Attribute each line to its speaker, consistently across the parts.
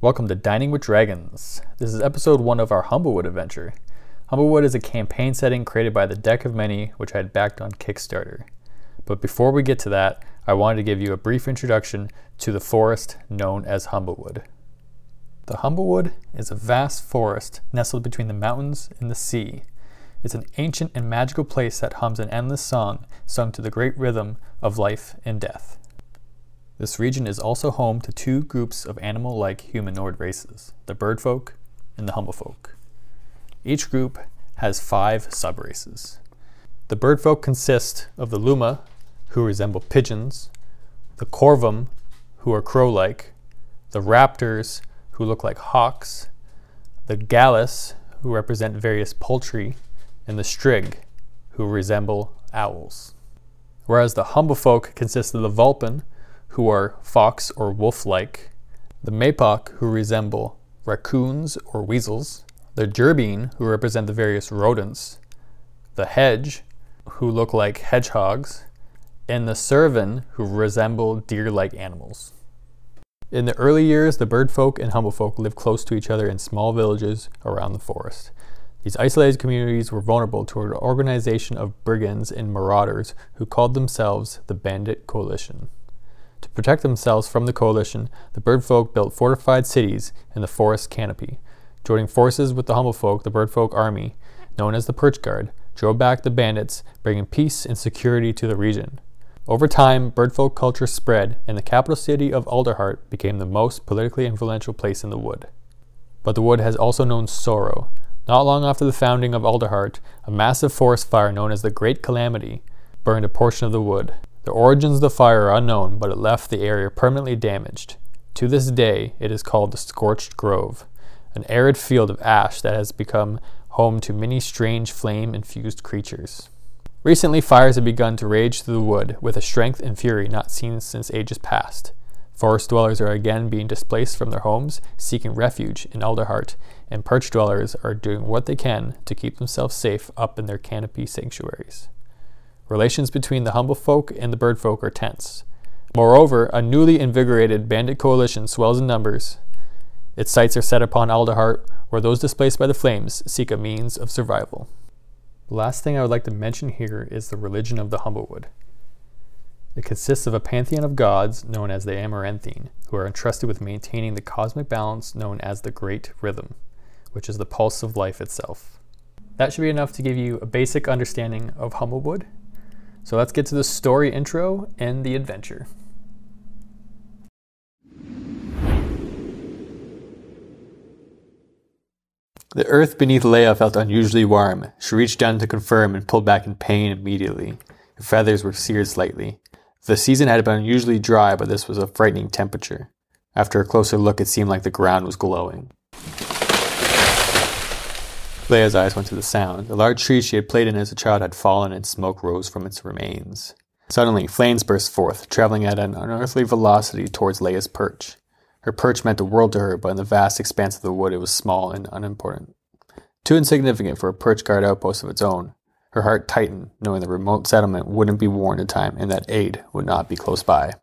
Speaker 1: Welcome to Dining with Dragons. This is episode one of our Humblewood adventure. Humblewood is a campaign setting created by the Deck of Many, which I had backed on Kickstarter. But before we get to that, I wanted to give you a brief introduction to the forest known as Humblewood. The Humblewood is a vast forest nestled between the mountains and the sea. It's an ancient and magical place that hums an endless song sung to the great rhythm of life and death. This region is also home to two groups of animal like humanoid races the bird folk and the humble folk. Each group has five sub races. The bird folk consist of the luma, who resemble pigeons, the corvum, who are crow like, the raptors, who look like hawks, the gallus, who represent various poultry, and the strig, who resemble owls. Whereas the humble folk consist of the vulpin, who are fox or wolf like, the Maypok, who resemble raccoons or weasels, the Gerbine, who represent the various rodents, the Hedge, who look like hedgehogs, and the Cervin, who resemble deer like animals. In the early years, the bird folk and humble folk lived close to each other in small villages around the forest. These isolated communities were vulnerable to an organization of brigands and marauders who called themselves the Bandit Coalition. To protect themselves from the coalition, the bird folk built fortified cities in the forest canopy. Joining forces with the humble folk, the bird folk army, known as the Perch Guard, drove back the bandits, bringing peace and security to the region. Over time, bird folk culture spread, and the capital city of Alderhart became the most politically influential place in the wood. But the wood has also known sorrow. Not long after the founding of Alderhart, a massive forest fire known as the Great Calamity burned a portion of the wood. The origins of the fire are unknown, but it left the area permanently damaged. To this day, it is called the Scorched Grove, an arid field of ash that has become home to many strange flame infused creatures. Recently, fires have begun to rage through the wood with a strength and fury not seen since ages past. Forest dwellers are again being displaced from their homes, seeking refuge in Alderhart, and perch dwellers are doing what they can to keep themselves safe up in their canopy sanctuaries. Relations between the humble folk and the bird folk are tense. Moreover, a newly invigorated bandit coalition swells in numbers. Its sights are set upon Aldahart, where those displaced by the flames seek a means of survival. The last thing I would like to mention here is the religion of the Humblewood. It consists of a pantheon of gods known as the Amaranthine, who are entrusted with maintaining the cosmic balance known as the Great Rhythm, which is the pulse of life itself. That should be enough to give you a basic understanding of Humblewood so let's get to the story intro and the adventure. The earth beneath Leia felt unusually warm. She reached down to confirm and pulled back in pain immediately. Her feathers were seared slightly. The season had been unusually dry, but this was a frightening temperature. After a closer look, it seemed like the ground was glowing. Leia's eyes went to the sound. The large tree she had played in as a child had fallen, and smoke rose from its remains. Suddenly, flames burst forth, traveling at an unearthly velocity towards Leia's perch. Her perch meant the world to her, but in the vast expanse of the wood, it was small and unimportant. Too insignificant for a perch guard outpost of its own. Her heart tightened, knowing the remote settlement wouldn't be warned in time and that aid would not be close by.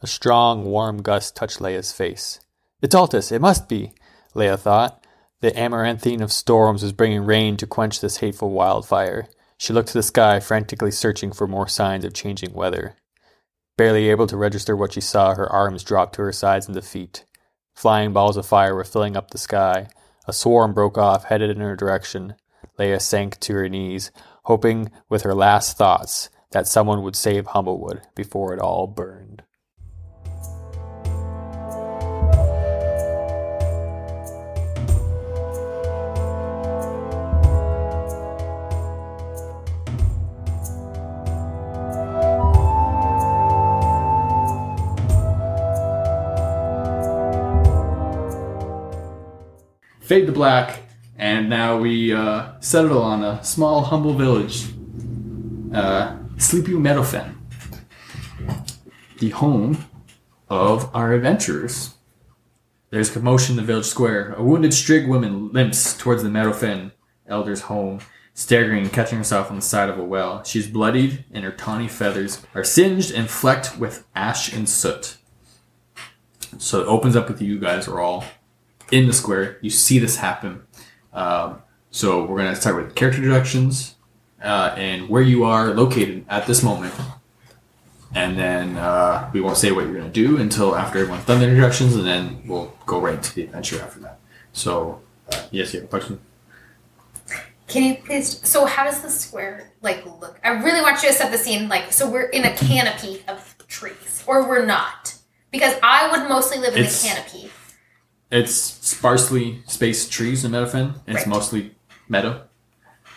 Speaker 1: A strong, warm gust touched Leia's face. It's Altus, it must be, Leia thought. The amaranthine of storms was bringing rain to quench this hateful wildfire. She looked to the sky, frantically searching for more signs of changing weather. Barely able to register what she saw, her arms dropped to her sides and feet. Flying balls of fire were filling up the sky. A swarm broke off, headed in her direction. Leia sank to her knees, hoping with her last thoughts that someone would save Humblewood before it all burned.
Speaker 2: fade to black, and now we uh, settle on a small, humble village, uh, Sleepy Meadowfen, the home of our adventurers. There's commotion in the village square. A wounded Strig woman limps towards the Meadowfen elder's home, staggering and catching herself on the side of a well. She's bloodied, and her tawny feathers are singed and flecked with ash and soot.
Speaker 3: So it opens up with you guys are all in the square. You see this happen. Um, so we're gonna start with character introductions uh, and where you are located at this moment, and then uh, we won't say what you're gonna do until after everyone's done their introductions, and then we'll go right to the adventure after that. So uh, yes, you have a question.
Speaker 4: Can you please? So, how does the square like look? I really want you to set the scene. Like, so we're in a canopy of trees, or we're not, because I would mostly live in
Speaker 3: It's-
Speaker 4: the canopy.
Speaker 3: It's sparsely spaced trees in Metafen. It's
Speaker 4: Right. Oh.
Speaker 3: mostly meadow.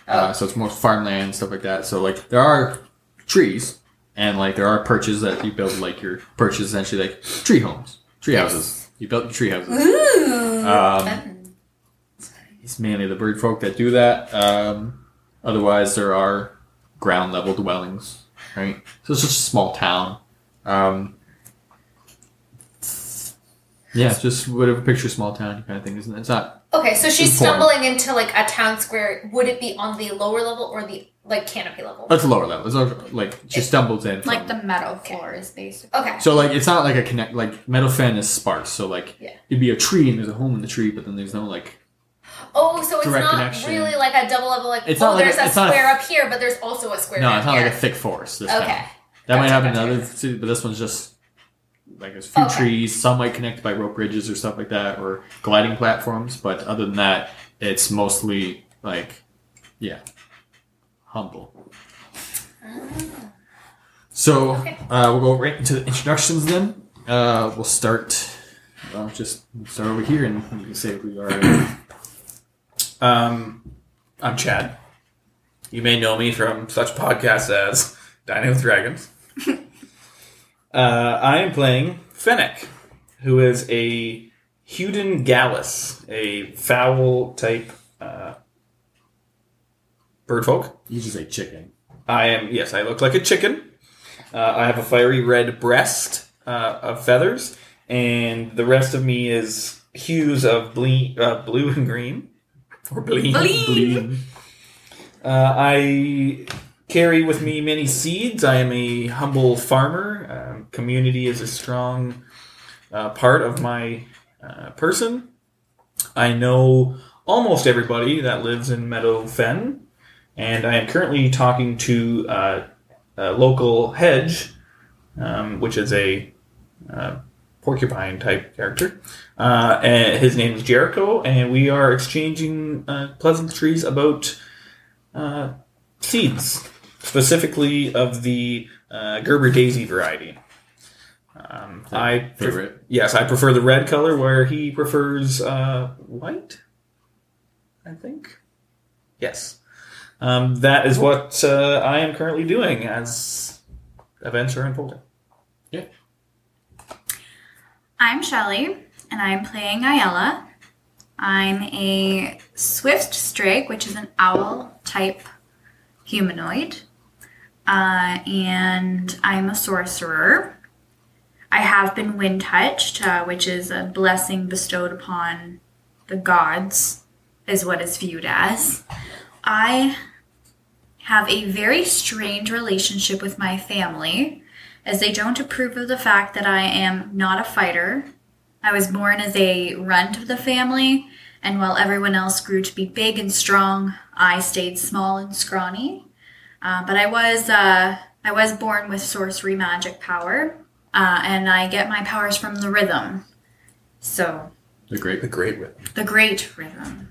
Speaker 3: Uh, so it's more farmland stuff like that. So like there are trees and like there are perches that you build like your perches essentially like tree homes, tree houses. You built your tree houses.
Speaker 4: Ooh.
Speaker 3: Um,
Speaker 4: fun.
Speaker 3: it's mainly the bird folk that do that. Um, otherwise, there are ground level dwellings, right? So it's just a small town. Um, yeah, it's just whatever picture small town kind of thing, isn't it? It's not
Speaker 4: okay, so she's
Speaker 3: Inform.
Speaker 4: stumbling into like a town square. Would it be on the lower level or the like canopy level?
Speaker 3: That's a lower level. It's not, like she stumbles in.
Speaker 5: Like the
Speaker 3: from-
Speaker 5: meadow
Speaker 4: Okay.
Speaker 5: floor is basically.
Speaker 4: Okay.
Speaker 3: So like it's not like a connect. Like metal fan is sparse. So like
Speaker 4: Yeah.
Speaker 3: it'd be a tree and there's a home in the tree, but then there's no like.
Speaker 4: Oh, so it's
Speaker 3: Direct
Speaker 4: not
Speaker 3: connection.
Speaker 4: really like a double level. Like,
Speaker 3: It's
Speaker 4: oh,
Speaker 3: not like a-
Speaker 4: there's a,
Speaker 3: it's not a-
Speaker 4: square up here, but there's also a square.
Speaker 3: No,
Speaker 4: down
Speaker 3: it's not like
Speaker 4: here.
Speaker 3: a thick forest. This
Speaker 4: Okay.
Speaker 3: time. That might
Speaker 4: Gotcha,
Speaker 3: happen in
Speaker 4: gotcha.
Speaker 3: other cities, but this one's just like there's a few
Speaker 4: Okay.
Speaker 3: trees. Some might connect by rope bridges or stuff like that, or gliding platforms. But other than that, it's mostly like, yeah, humble. So
Speaker 4: Ah. Okay.
Speaker 3: uh, we'll go right into the introductions then. Uh, we'll start. Well, just start over here and we can say we are.
Speaker 6: Um, I'm Chad. You may know me from such podcasts as Dining with Dragons. uh, I am playing Fennec, who is a Huden Gallus, a fowl type uh, bird folk.
Speaker 3: You just say chicken.
Speaker 6: I am, yes, I look like a chicken. Uh, I have a fiery red breast uh, of feathers, and the rest of me is hues of ble- uh, blue and green. Or bleen.
Speaker 3: Bleeding.
Speaker 6: Uh, I carry with me many seeds. I am a humble farmer. Um, community is a strong uh, part of my uh, person. I know almost everybody that lives in Meadow Fen, and I am currently talking to uh, a local hedge, um, which is a uh, porcupine type character. Uh, and his name is Jericho, and we are exchanging uh, pleasantries about uh, seeds, specifically of the uh, Gerber daisy variety. Um, I pref-
Speaker 3: favorite.
Speaker 6: yes, I prefer the red color, where he prefers uh, white. I think. Yes, um, that is what uh, I am currently doing as events are unfolding.
Speaker 5: I'm Shelly, and I'm playing Ayala. I'm a swift strake, which is an owl type humanoid, uh, and I'm a sorcerer. I have been wind touched, uh, which is a blessing bestowed upon the gods, is what is viewed as. I have a very strange relationship with my family as they don't approve of the fact that I am not a fighter. I was born as a runt of the family, and while everyone else grew to be big and strong, I stayed small and scrawny. Uh, but I was uh, I was born with sorcery magic power, uh, and I get my powers from the rhythm. So
Speaker 3: The great.
Speaker 6: great with
Speaker 5: the great rhythm.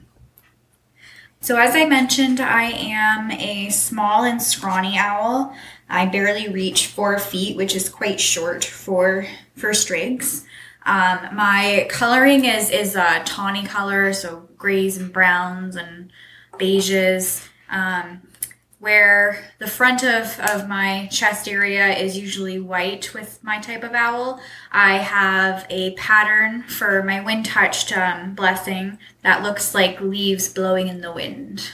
Speaker 5: So, as I mentioned, I am a small and scrawny owl. I barely reach four feet, which is quite short for for strigs. Um, my coloring is is a tawny color, so grays and browns and beiges. Um, where the front of, of my chest area is usually white with my type of owl, I have a pattern for my wind touched um, blessing that looks like leaves blowing in the wind.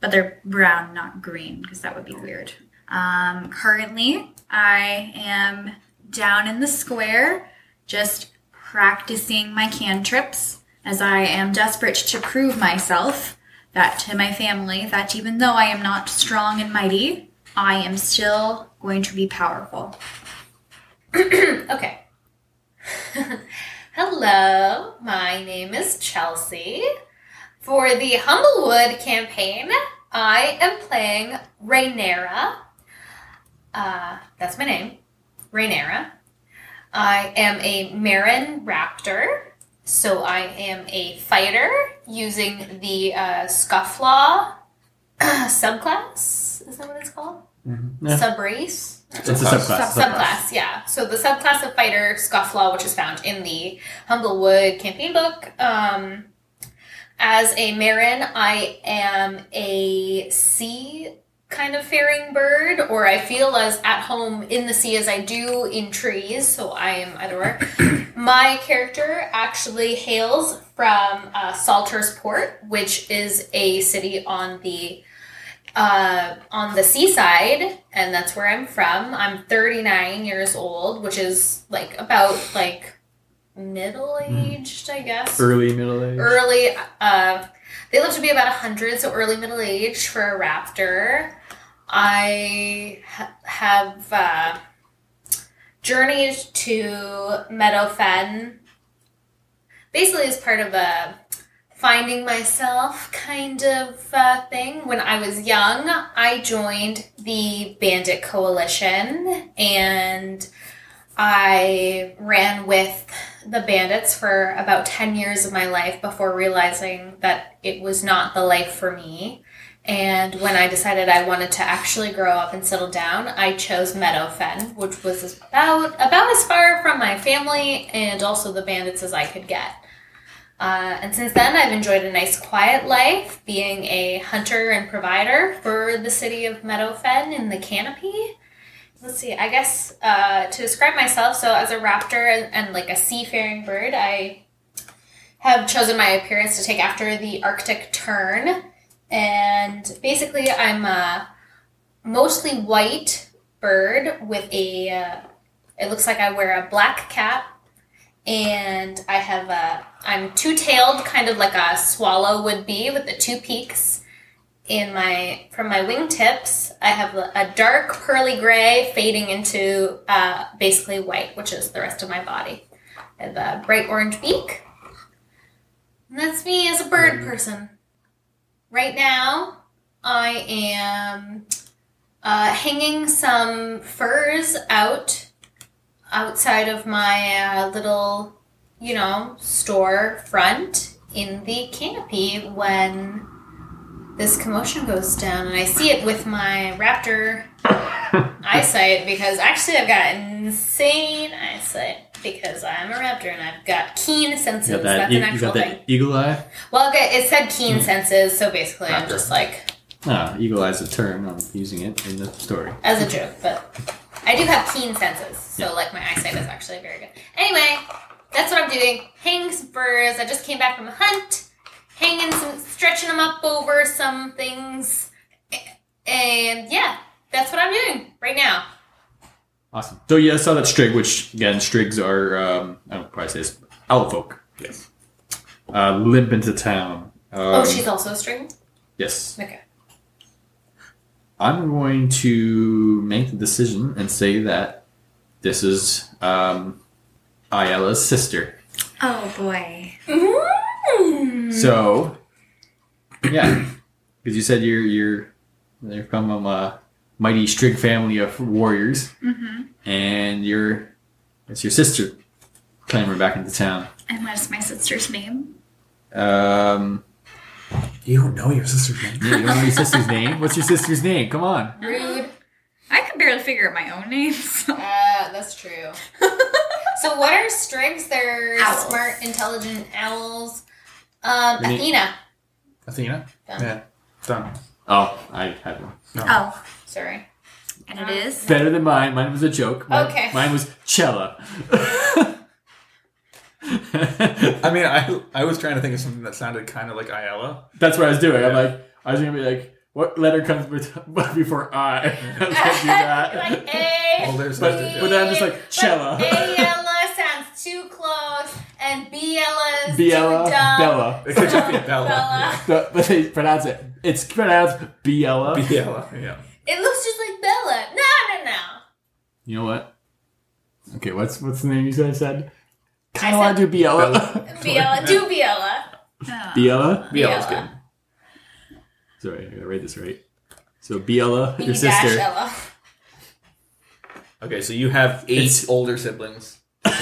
Speaker 5: But they're brown, not green, because that would be weird. Um, currently, I am down in the square just practicing my cantrips as I am desperate to prove myself that to my family that even though I am not strong and mighty, I am still going to be powerful.
Speaker 4: Okay. Hello, my name is Chelsea. For the Humblewood campaign, I am playing Rainera. Uh, that's my name, Rainera. I am a Marin Raptor, so I am a fighter using the uh, Scufflaw subclass. Is that what it's called?
Speaker 3: Yeah.
Speaker 4: Subrace.
Speaker 3: It's a subclass.
Speaker 4: Sub- subclass, yeah. So the subclass of fighter scufflaw, which is found in the Humblewood campaign book. Um, as a marin, I am a sea kind of faring bird, or I feel as at home in the sea as I do in trees. So I am either or. My character actually hails from uh, Salter's Port, which is a city on the uh, on the seaside, and that's where I'm from. I'm 39 years old, which is like about like middle aged, I guess.
Speaker 3: Early middle age.
Speaker 4: Early, uh, they live to be about 100, so early middle age for a raptor. I ha- have uh, journeyed to Meadowfen, basically as part of a finding myself kind of uh, thing. When I was young, I joined the Bandit Coalition and I ran with the bandits for about 10 years of my life before realizing that it was not the life for me. And when I decided I wanted to actually grow up and settle down, I chose Meadowfen, which was about about as far from my family and also the bandits as I could get. Uh, and since then, I've enjoyed a nice quiet life, being a hunter and provider for the city of Meadowfen in the canopy let's see i guess uh, to describe myself so as a raptor and, and like a seafaring bird i have chosen my appearance to take after the arctic tern and basically i'm a mostly white bird with a uh, it looks like i wear a black cap and i have a i'm two-tailed kind of like a swallow would be with the two peaks in my from my wingtips i have a dark pearly gray fading into uh, basically white which is the rest of my body i have a bright orange beak and that's me as a bird
Speaker 3: Mm-hmm.
Speaker 4: person right now i am uh, hanging some furs out outside of my uh, little you know store front in the canopy when this commotion goes down and I see it with my raptor eyesight because actually I've got insane eyesight because I'm a raptor and I've got keen senses.
Speaker 3: You got
Speaker 4: That's
Speaker 3: that,
Speaker 4: an
Speaker 3: e- you
Speaker 4: actual
Speaker 3: got
Speaker 4: thing.
Speaker 3: that eagle eye?
Speaker 4: Well, okay, it said keen senses, so basically I'm
Speaker 3: Raptor.
Speaker 4: just like
Speaker 3: Ah, eagle eye's a term. I'm using it in the story.
Speaker 4: as a joke, but I do have keen senses, so like my eyesight is actually very good. Anyway, that's what I'm doing. Hanging some furs. I just came back from a hunt, hanging some, stretching them up over some things, and yeah, that's what I'm doing right now.
Speaker 3: Awesome. So yeah, I saw that strig, which again, strigs are um, I don't know probably say this owl folk. Yes. Uh, limp into town. Um,
Speaker 4: oh, she's also a string.
Speaker 3: yes.
Speaker 4: Okay.
Speaker 3: I'm going to make the decision and say that this is um, Ayala's sister.
Speaker 5: Oh boy.
Speaker 3: So yeah, because you said you're you're you're from um, a mighty strig family of warriors,
Speaker 4: Mm-hmm.
Speaker 3: and you're it's your sister clamoring back into town.
Speaker 5: And what is my sister's name?
Speaker 3: Um,
Speaker 6: You don't know your sister's name.
Speaker 3: Yeah, you don't know your sister's name? What's your sister's name? Come on.
Speaker 4: Rude.
Speaker 5: Uh, I can barely figure out my own name. so-
Speaker 4: Uh, that's true. so what are strigs? They're
Speaker 5: Owls.
Speaker 4: smart, intelligent owls. Um,
Speaker 3: We need-
Speaker 4: Athena.
Speaker 3: Athena?
Speaker 4: Done.
Speaker 6: Yeah. Done.
Speaker 3: Oh, I had one.
Speaker 5: Oh,
Speaker 4: Sorry.
Speaker 5: and it is.
Speaker 3: Better than mine. Mine was a joke. Mine,
Speaker 4: Okay.
Speaker 3: Mine was Cella.
Speaker 6: I mean, I I was trying to think of something that sounded kind of like Ayala.
Speaker 3: That's what I was doing. I'm like, I was going to be like, what letter comes bet- before I? I was going to do that.
Speaker 4: like A.
Speaker 6: Well, there's
Speaker 3: But,
Speaker 6: that.
Speaker 3: but then I'm just like,
Speaker 4: But
Speaker 3: Cella.
Speaker 4: Aella sounds too close, and Biella is
Speaker 3: Biella.
Speaker 4: too dumb.
Speaker 3: Bella.
Speaker 6: It could just be Bella.
Speaker 4: Bella.
Speaker 3: But but they pronounce it. It's pronounced Biella.
Speaker 6: Bella. Yeah.
Speaker 4: It looks just like Bella. No, no, no.
Speaker 3: You know what? Okay, what's what's the name you guys said? Kind of want to do Biella.
Speaker 4: Biella, do Biella.
Speaker 3: Biella?
Speaker 6: Biella's
Speaker 4: Biella.
Speaker 6: good.
Speaker 3: Sorry, I gotta read this right. So Biella,
Speaker 4: B
Speaker 3: your
Speaker 4: dash
Speaker 3: sister.
Speaker 4: Ella.
Speaker 6: Okay, so you have eight
Speaker 3: It's-
Speaker 6: older siblings.
Speaker 5: My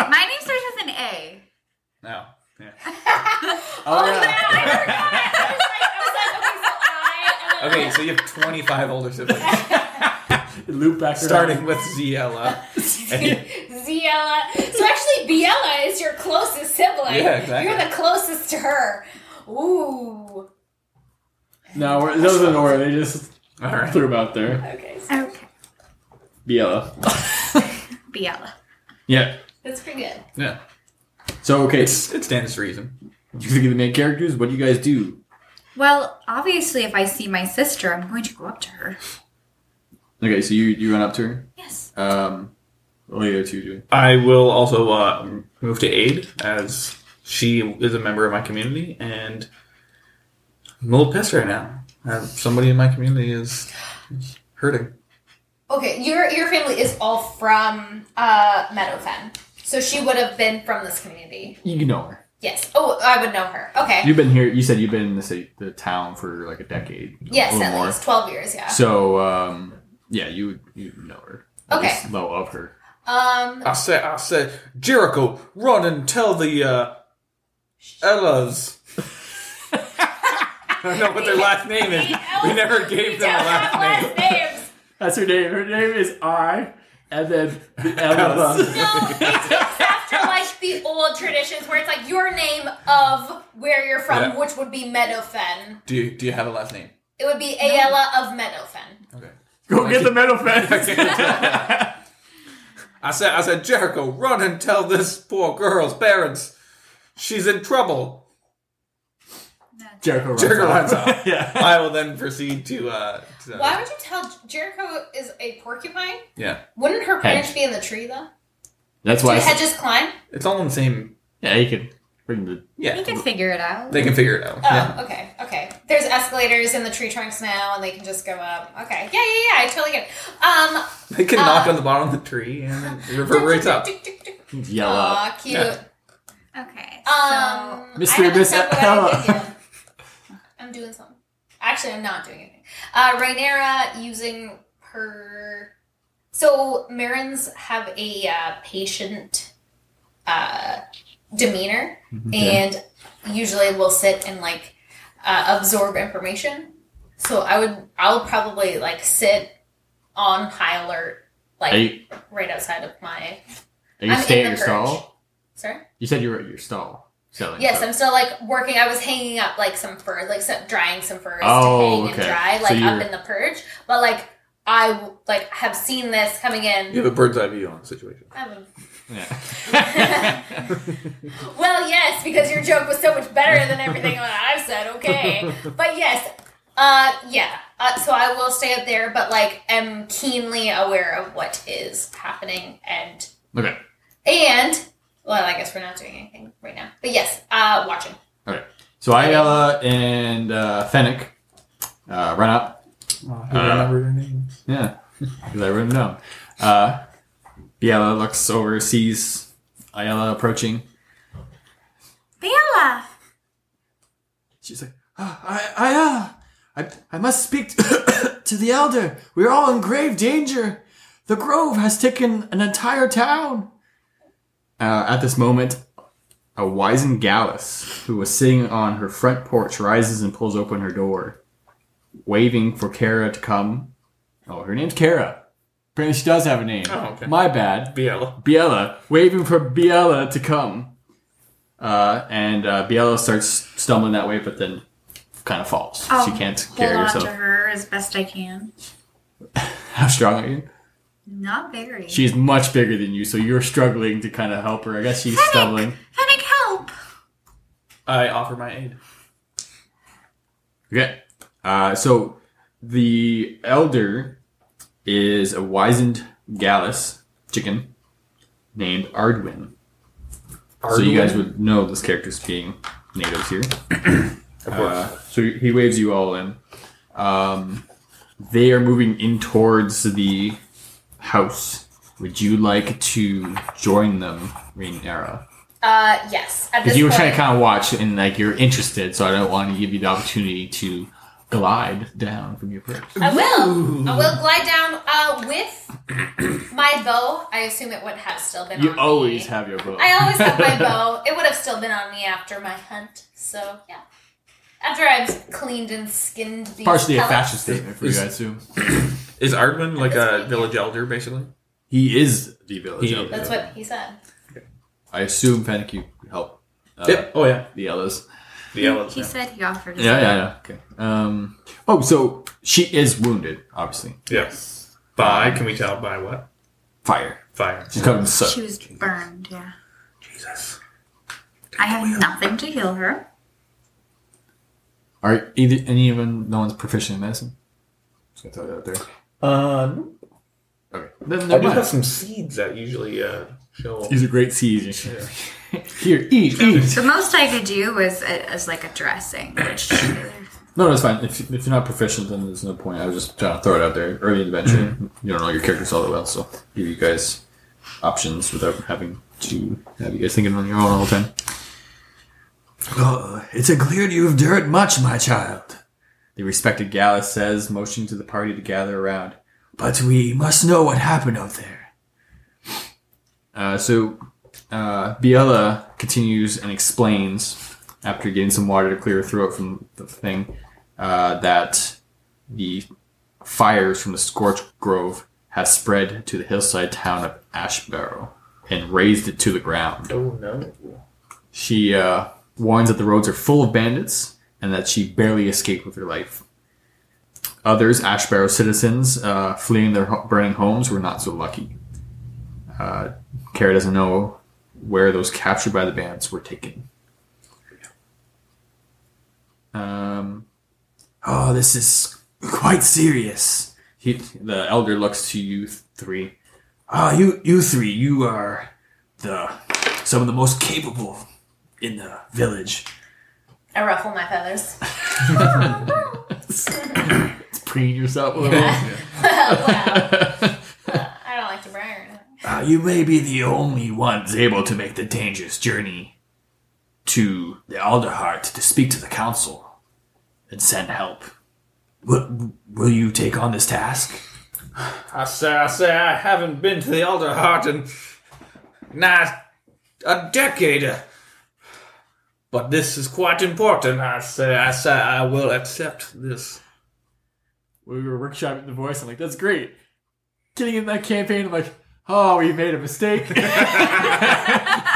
Speaker 5: name starts with an A.
Speaker 6: now. Yeah.
Speaker 3: All
Speaker 4: I
Speaker 3: right.
Speaker 4: forgot. I was like, I was like, okay, so I. and then-
Speaker 6: Okay, so you have 25 older siblings.
Speaker 3: Loop back around.
Speaker 6: starting with Ziella.
Speaker 4: Ziella. So actually, Biella is your closest sibling.
Speaker 6: Yeah, exactly.
Speaker 4: You're the closest to her. Ooh.
Speaker 3: No, we're, those are nowhere. They just
Speaker 6: All right.
Speaker 3: threw them out there.
Speaker 4: Okay, so
Speaker 5: Okay.
Speaker 3: Biella.
Speaker 5: Biella.
Speaker 3: Yeah.
Speaker 4: that's pretty good.
Speaker 6: Yeah.
Speaker 3: So okay,
Speaker 6: It's, it stands to reason.
Speaker 3: you think of the main characters? What do you guys do?
Speaker 5: Well, obviously, if I see my sister, I'm going to go up to her.
Speaker 3: Okay, so you you run up to her.
Speaker 5: Yes.
Speaker 3: Um, what are the other two doing?
Speaker 6: I will also uh, move to aid as she is a member of my community, and I'm a little pissed right now. Uh, somebody in my community is hurting.
Speaker 4: Okay, your your family is all from uh, Meadowfen, so she would have been from this community.
Speaker 3: You know her.
Speaker 4: Yes. Oh, I would know her. Okay.
Speaker 3: You've been here. You said you've been in the city, the town for like a decade. a
Speaker 4: Yes,
Speaker 3: little
Speaker 4: at
Speaker 3: more.
Speaker 4: least twelve years. Yeah.
Speaker 3: So um, yeah, you you know her. At
Speaker 4: Okay.
Speaker 3: least Know of her.
Speaker 4: Um.
Speaker 6: I said, I said, Jericho, run and tell the uh, Ellas. I don't know what their last name is. We never gave them a last name.
Speaker 4: names.
Speaker 3: That's her name. Her name is I, and then uh,
Speaker 6: Ella.
Speaker 4: No, it takes after like the old traditions where it's like your name of where you're from,
Speaker 6: Yeah.
Speaker 4: which would be Meadowfen.
Speaker 6: Do you, do you have a last name?
Speaker 4: It would be Ayala of Meadowfen.
Speaker 6: Okay.
Speaker 3: Go get the metal fence.
Speaker 6: I said, I said, Jericho, run and tell this poor girl's parents she's in trouble.
Speaker 3: Jericho runs
Speaker 6: Jericho
Speaker 3: off.
Speaker 6: runs off.
Speaker 3: yeah.
Speaker 6: I will then proceed to, uh, to-
Speaker 4: Why would you tell Jericho is a porcupine?
Speaker 6: yeah,
Speaker 4: Wouldn't her
Speaker 3: Hedge.
Speaker 4: branch be in the tree though?
Speaker 3: That's
Speaker 4: Do
Speaker 3: why. I said-
Speaker 4: hedges climb?
Speaker 6: it's all in the same.
Speaker 3: yeah, you can bring the.
Speaker 6: Yeah,
Speaker 5: You can figure it out.
Speaker 6: they can figure it out.
Speaker 4: Oh,
Speaker 6: Yeah.
Speaker 4: okay, okay. There's escalators in the tree trunks now, and they can just go up. Okay, yeah, yeah, yeah. I totally get it. Um,
Speaker 6: They can
Speaker 4: Uh,
Speaker 6: knock on the bottom of the tree and it reverberates up.
Speaker 3: Yell out.
Speaker 4: Aw, cute.
Speaker 6: Yeah.
Speaker 5: Okay.
Speaker 4: Um,
Speaker 3: Mr.
Speaker 4: I haven't
Speaker 3: Miss
Speaker 4: said what
Speaker 3: Ella.
Speaker 4: I did yet. I'm doing something. Actually, I'm not doing anything. Uh, Rainera using her. So Marins have a uh, patient uh, demeanor,
Speaker 3: Mm-hmm.
Speaker 4: and usually will sit and like uh, absorb information. So I would, I'll probably like sit on high alert, like
Speaker 3: Are you,
Speaker 4: right outside of my.
Speaker 3: are you
Speaker 4: I'm
Speaker 3: staying
Speaker 4: in
Speaker 3: at your
Speaker 4: the perch.
Speaker 3: stall?
Speaker 4: Sorry.
Speaker 3: You said you were at your stall selling.
Speaker 4: Yes,
Speaker 3: stuff.
Speaker 4: I'm still like working. I was hanging up like some fur, like some, drying some furs
Speaker 3: Oh,
Speaker 4: to hang
Speaker 3: okay.
Speaker 4: and dry,
Speaker 3: So
Speaker 4: like
Speaker 3: you're-
Speaker 4: up in the purge. But like I w- like have seen this coming in.
Speaker 6: You have a bird's eye view on the situation.
Speaker 4: I haven't-
Speaker 3: Yeah.
Speaker 4: well, yes, because your joke was so much better than everything that I've said. Okay, but yes, uh, yeah. Uh, so I will stay up there, but like am keenly aware of what is happening and
Speaker 3: okay.
Speaker 4: and well, I guess we're not doing anything right now. But yes, uh, watching.
Speaker 3: So Ayala and uh, Fennec uh, run up.
Speaker 6: I
Speaker 3: Uh,
Speaker 6: remember their names.
Speaker 3: Yeah. Because I wrote them down. Uh, Biela looks over, sees Ayala approaching.
Speaker 5: Biella!
Speaker 3: She's like, "Ah, I, Ayala, I, I must speak to, to the elder. We're all in grave danger. The grove has taken an entire town. Uh, at this moment, a wizened gallus who was sitting on her front porch rises and pulls open her door, waving for Kara to come. Oh, her name's Kara. Apparently, she does have a name.
Speaker 6: Oh, okay.
Speaker 3: My bad.
Speaker 6: Biella.
Speaker 3: Biella, waving for Biella to come. Uh, and uh, Biella starts stumbling that way, but then kind of falls.
Speaker 5: I'll
Speaker 3: she can't
Speaker 5: hold
Speaker 3: carry
Speaker 5: on
Speaker 3: herself.
Speaker 5: to her as best I can.
Speaker 3: How strong are you?
Speaker 5: Not very.
Speaker 3: She's much bigger than you, so you're struggling to kind of help her. I guess she's stumbling.
Speaker 5: Fennec, help!
Speaker 6: I offer my aid.
Speaker 3: Okay. Uh, so the elder is a wizened gallus chicken named Ardwin. So you guys would know this character's being natives here.
Speaker 6: Of
Speaker 3: Uh, so he waves you all in. Um, they are moving in towards the house. Would you like to join them, Rhaenyra?
Speaker 4: Uh, yes. At this
Speaker 3: Because you were
Speaker 4: point,
Speaker 3: trying to kind of watch and like you're interested, so I don't want to give you the opportunity to glide down from your perch.
Speaker 4: I will. I will glide down uh, with my bow. I assume it would have still been.
Speaker 3: You
Speaker 4: on
Speaker 3: always
Speaker 4: me.
Speaker 3: have your bow.
Speaker 4: I always have my bow. It would have still been on me after my hunt. So yeah. After I've cleaned and skinned these.
Speaker 3: Partially a
Speaker 4: pellets.
Speaker 3: fashion statement for you, I assume.
Speaker 6: Is Ardwin like
Speaker 4: That's
Speaker 6: a
Speaker 4: me.
Speaker 6: village elder, basically?
Speaker 3: He is the village.
Speaker 6: He-
Speaker 3: elder.
Speaker 4: That's what he said.
Speaker 3: I assume Fennec, you help. Uh,
Speaker 6: Oh yeah,
Speaker 3: The others.
Speaker 6: the yellows.
Speaker 5: He said he offered.
Speaker 3: Yeah, yeah, yeah. Okay. Um, oh, so she is wounded, obviously.
Speaker 6: Yes. By can we tell by what?
Speaker 3: Fire.
Speaker 6: Fire.
Speaker 3: She's covered in soot.
Speaker 5: She was burned. Yeah.
Speaker 6: Jesus.
Speaker 5: I have nothing to heal her.
Speaker 3: Are either any of them? No one's proficient in medicine. Just gonna throw that out there.
Speaker 6: Um,
Speaker 3: Okay. Then
Speaker 6: I
Speaker 3: never
Speaker 6: do
Speaker 3: mind.
Speaker 6: have some seeds that usually uh, show.
Speaker 3: These are great seeds. Here, eat, eat.
Speaker 5: The most I could do was a, as like a dressing. Which
Speaker 3: No, that's fine. If, if you're not proficient, then there's no point. I was just trying to throw it out there early in the adventure. you don't know your characters all that well, so give you guys options without having to have you guys thinking on your own all the time. Oh, it's a clear you have endured much, my child. The respected Gallus says, motioning to the party to gather around. But we must know what happened out there. Uh, so, uh, Biella continues and explains, after getting some water to clear her throat from the thing, uh, that the fires from the Scorch Grove has spread to the hillside town of Ashbarrow and razed it to the ground.
Speaker 6: Oh no.
Speaker 3: She uh, warns that the roads are full of bandits and that she barely escaped with her life. Others, Ashbarrow citizens, uh, fleeing their ho- burning homes, were not so lucky. Uh, Kara doesn't know where those captured by the bandits were taken. Um, oh, this is quite serious. He, the elder looks to you three. Ah, you, you three, you are the some of the most capable in the village.
Speaker 4: I ruffle my feathers.
Speaker 3: Preen yourself a little.
Speaker 4: well, I don't like to burn.
Speaker 3: Uh, you may be the only ones able to make the dangerous journey to the Alderheart to speak to the council and send help. Will, will you take on this task?
Speaker 6: I say, I say, I haven't been to the Elder Heart in not a decade. But this is quite important. I say, I say, I will accept this.
Speaker 3: We were workshopping the voice. I'm like, that's great. Getting in that campaign, I'm like, oh, we made a mistake.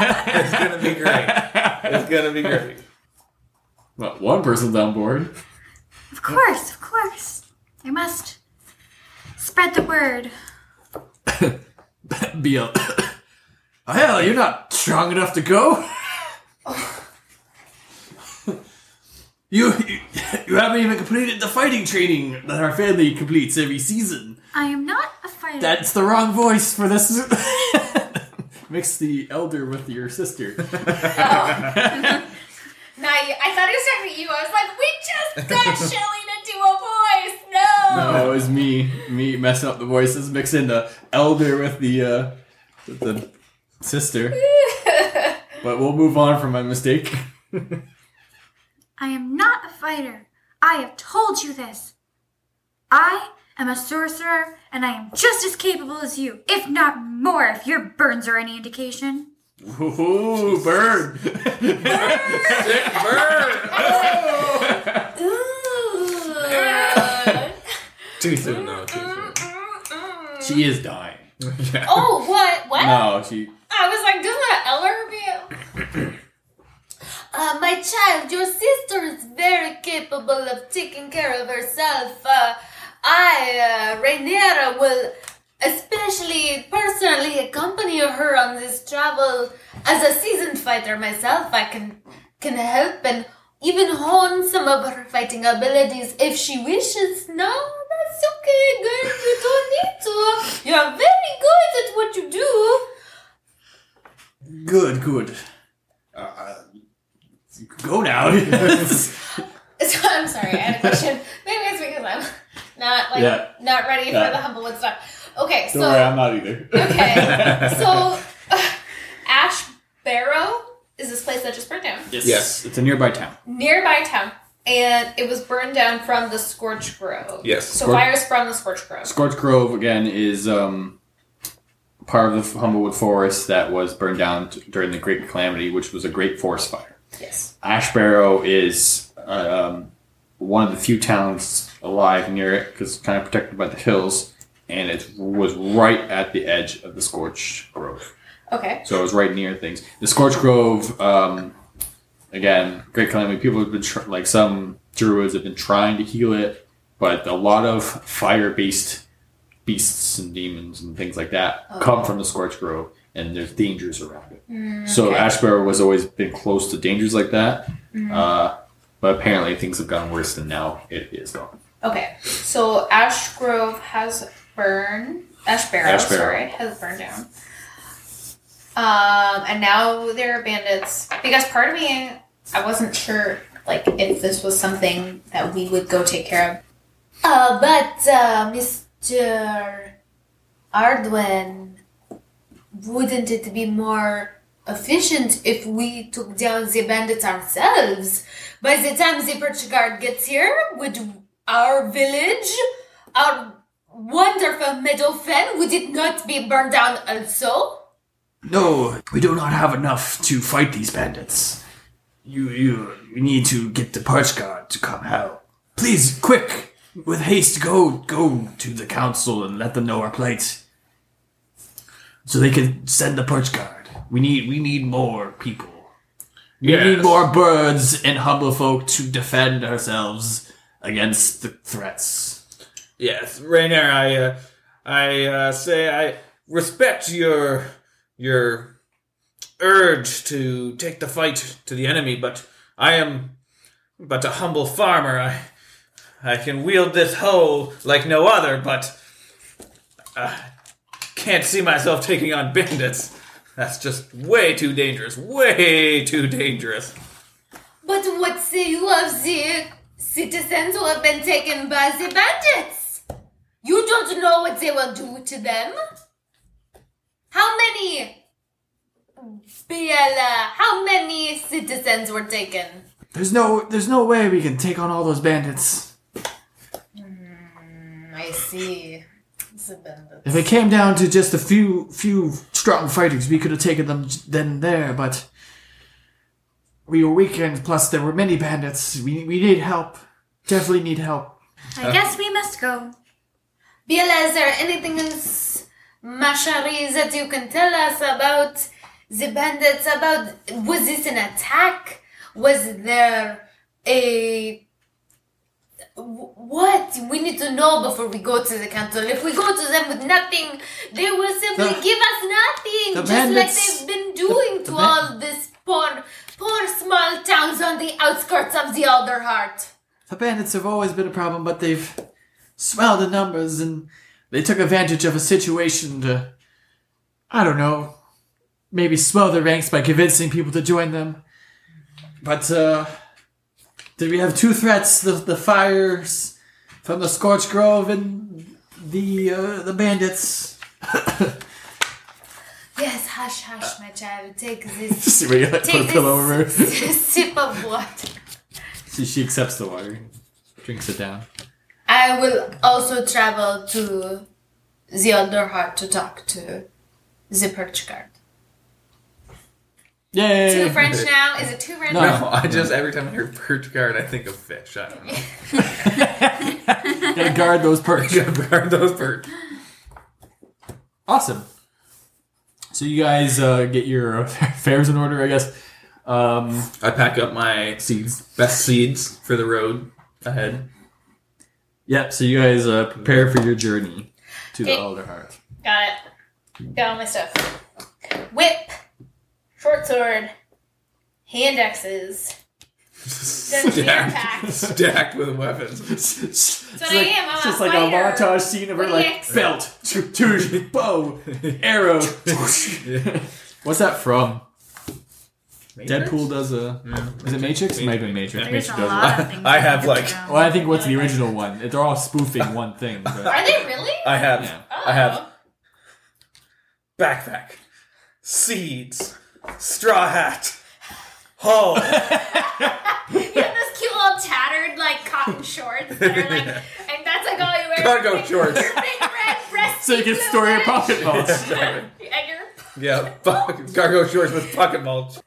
Speaker 6: It's gonna be great. It's gonna be great.
Speaker 3: well, one person's on board.
Speaker 5: Of course, of course. I must spread the word.
Speaker 3: Be a- Oh, Hell, you're not strong enough to go. you, you you haven't even completed the fighting training that our family completes every season.
Speaker 5: I am not a fighter.
Speaker 3: That's the wrong voice for this. Mix the elder with your sister.
Speaker 4: Now, you, I thought he was talking to you. I was like, we just got Shelly to do a voice. No.
Speaker 3: That Oh, was me, me messing up the voices, mixing the elder with the uh, with the sister. but we'll move on from my mistake.
Speaker 5: I am not a fighter. I have told you this. I am a sorcerer, and I am just as capable as you, if not more, if your burns are any indication.
Speaker 3: Ooh, bird!
Speaker 4: Ooh.
Speaker 6: Too soon, though.
Speaker 4: Mm-mm.
Speaker 3: She is dying.
Speaker 4: Oh, what? What?
Speaker 3: No, she.
Speaker 4: I was like, doesn't that Eller be? Uh, my child, your sister is very capable of taking care of herself. Uh, I, uh, Rhaenyra, will especially personally accompany her on this travel. As a seasoned fighter myself, I can can help and even hone some of her fighting abilities if she wishes. No, that's okay, girl. You don't need to. You're very good at what you do.
Speaker 3: Good, good. Uh, Uh, you can go now. yeah,
Speaker 4: So I'm sorry, I had a question. Maybe it's because I'm not like
Speaker 3: Yeah.
Speaker 4: not ready
Speaker 3: Yeah.
Speaker 4: for the Humblewood stuff. Okay,
Speaker 3: Don't
Speaker 4: so
Speaker 3: worry, I'm not either.
Speaker 4: okay, so uh, Ash Barrow is this place that just burned down,
Speaker 2: Yes.
Speaker 6: Yes.
Speaker 2: It's a nearby town.
Speaker 4: nearby town, and it was burned down from the Scorch Grove.
Speaker 6: Yes.
Speaker 4: So
Speaker 2: Scorch-
Speaker 4: fires from the Scorch Grove.
Speaker 2: Scorch Grove again is um, part of the Humblewood Forest that was burned down t- during the Great Calamity, which was a great forest fire.
Speaker 4: Yes.
Speaker 2: Ash Barrow is uh, um, one of the few towns alive near it because it's kind of protected by the hills, and it was right at the edge of the Scorch Grove,
Speaker 4: Okay.
Speaker 2: so it was right near things. The Scorch Grove, um, again, Great Calamity. People have been tr- like some druids have been trying to heal it, but a lot of fire-based beasts and demons and things like that come from the Scorch Grove, and there's dangers around it. So
Speaker 4: okay.
Speaker 2: Ashborough was always been close to dangers like that, uh, but apparently things have gotten worse than now it is gone.
Speaker 4: Okay. So Ash Grove has burned. Ash Barrow,
Speaker 2: Ash Barrow.
Speaker 4: sorry, has burned down. Um, and now there are bandits. Because part of me, I wasn't sure, like, if this was something that we would go take care of. Uh, but uh, Mr. Ardwen, wouldn't it be more efficient if we took down the bandits ourselves? By the time the Birch Guard gets here, would our village, our wonderful meadow fen, would it not be burned down also?
Speaker 2: No, Oh, we do not have enough to fight these bandits. You, you, you need to get the Parch Guard to come out. Please, quick, with haste, go, go to the council and let them know our plight, so they can send the Parch Guard. We need, we need more people. We need more birds and humble folk to defend ourselves against the threats.
Speaker 6: Yes, Rainer, I, uh, I uh, say I respect your your urge to take the fight to the enemy, but I am but a humble farmer. I I can wield this hoe like no other, but uh, can't see myself taking on bandits. That's just way too dangerous. Way too dangerous.
Speaker 4: But what say you of the citizens who have been taken by the bandits? You don't know what they will do to them. How many, Biela, how many citizens were taken?
Speaker 2: There's no, there's no way we can take on all those bandits.
Speaker 4: I see. The bandits.
Speaker 2: If it came down to just a few, few strong fighters, we could have taken them j- then and there. But we were weakened. Plus, there were many bandits. We, we need help. Definitely need help.
Speaker 5: I guess we must go.
Speaker 4: Biela, is there anything else, Mashari, that you can tell us about the bandits? About was this an attack? Was there a wh- what? We need to know before we go to the council. If we go to them with nothing, they will simply
Speaker 2: The-
Speaker 4: give us nothing,
Speaker 2: the
Speaker 4: just
Speaker 2: bandits-
Speaker 4: like they've been doing
Speaker 2: the
Speaker 4: to
Speaker 2: ban-
Speaker 4: all this poor, poor small towns on the outskirts of the Alderheart.
Speaker 2: The bandits have always been a problem, but they've swelled in numbers and they took advantage of a situation to, I don't know, maybe swell their ranks by convincing people to join them. But, uh, did we have two threats the, the fires from the Scorch Grove and the, uh, the bandits?
Speaker 4: Yes, hush, hush, my child. Take this.
Speaker 2: See where you like,
Speaker 4: Take this sip of water.
Speaker 2: she, she accepts the water, drinks it down.
Speaker 4: I will also travel to the Underheart to talk to the Perch Guard. Two
Speaker 2: Yay!
Speaker 4: French now? Is it two French?
Speaker 2: No.
Speaker 6: No, I just every time I hear perch guard, I think of fish. I don't know.
Speaker 2: Gotta guard those perch.
Speaker 6: Guard those perch.
Speaker 2: Awesome. So you guys uh, get your affairs in order, I guess. Um,
Speaker 6: I pack up my seeds, best seeds for the road ahead.
Speaker 2: yep. So you guys uh, prepare for your journey to the
Speaker 4: Okay.
Speaker 2: Elder Heart.
Speaker 4: Got it. Got all my stuff. Whip, short sword, hand axes. That's the air pack. That's
Speaker 6: stacked with weapons.
Speaker 2: It's
Speaker 4: what I am. I'm
Speaker 2: it's just
Speaker 4: on
Speaker 2: like a
Speaker 4: fire.
Speaker 2: montage scene of her like
Speaker 4: Yes.
Speaker 2: belt, tooth, bow, arrow. What's that from? Deadpool does a. Is it Matrix? It might have been Matrix.
Speaker 5: There's
Speaker 2: Matrix
Speaker 5: a
Speaker 2: does it.
Speaker 5: lot of things.
Speaker 6: I
Speaker 5: we
Speaker 6: have,
Speaker 5: could
Speaker 6: like-
Speaker 5: do.
Speaker 2: Well, I think what's the original one? They're all spoofing one thing. But,
Speaker 4: Are they really?
Speaker 6: I have
Speaker 2: yeah.
Speaker 6: I have backpack, seeds, straw hat, haul.
Speaker 4: You have those cute little tattered like cotton shorts that are like, and that's like all you wear.
Speaker 6: Cargo
Speaker 4: Big-
Speaker 6: shorts.
Speaker 4: Your big red breast.
Speaker 3: So you can store your pocket mulch.
Speaker 4: And your
Speaker 6: Yeah, fuck, cargo shorts with pocket mulch.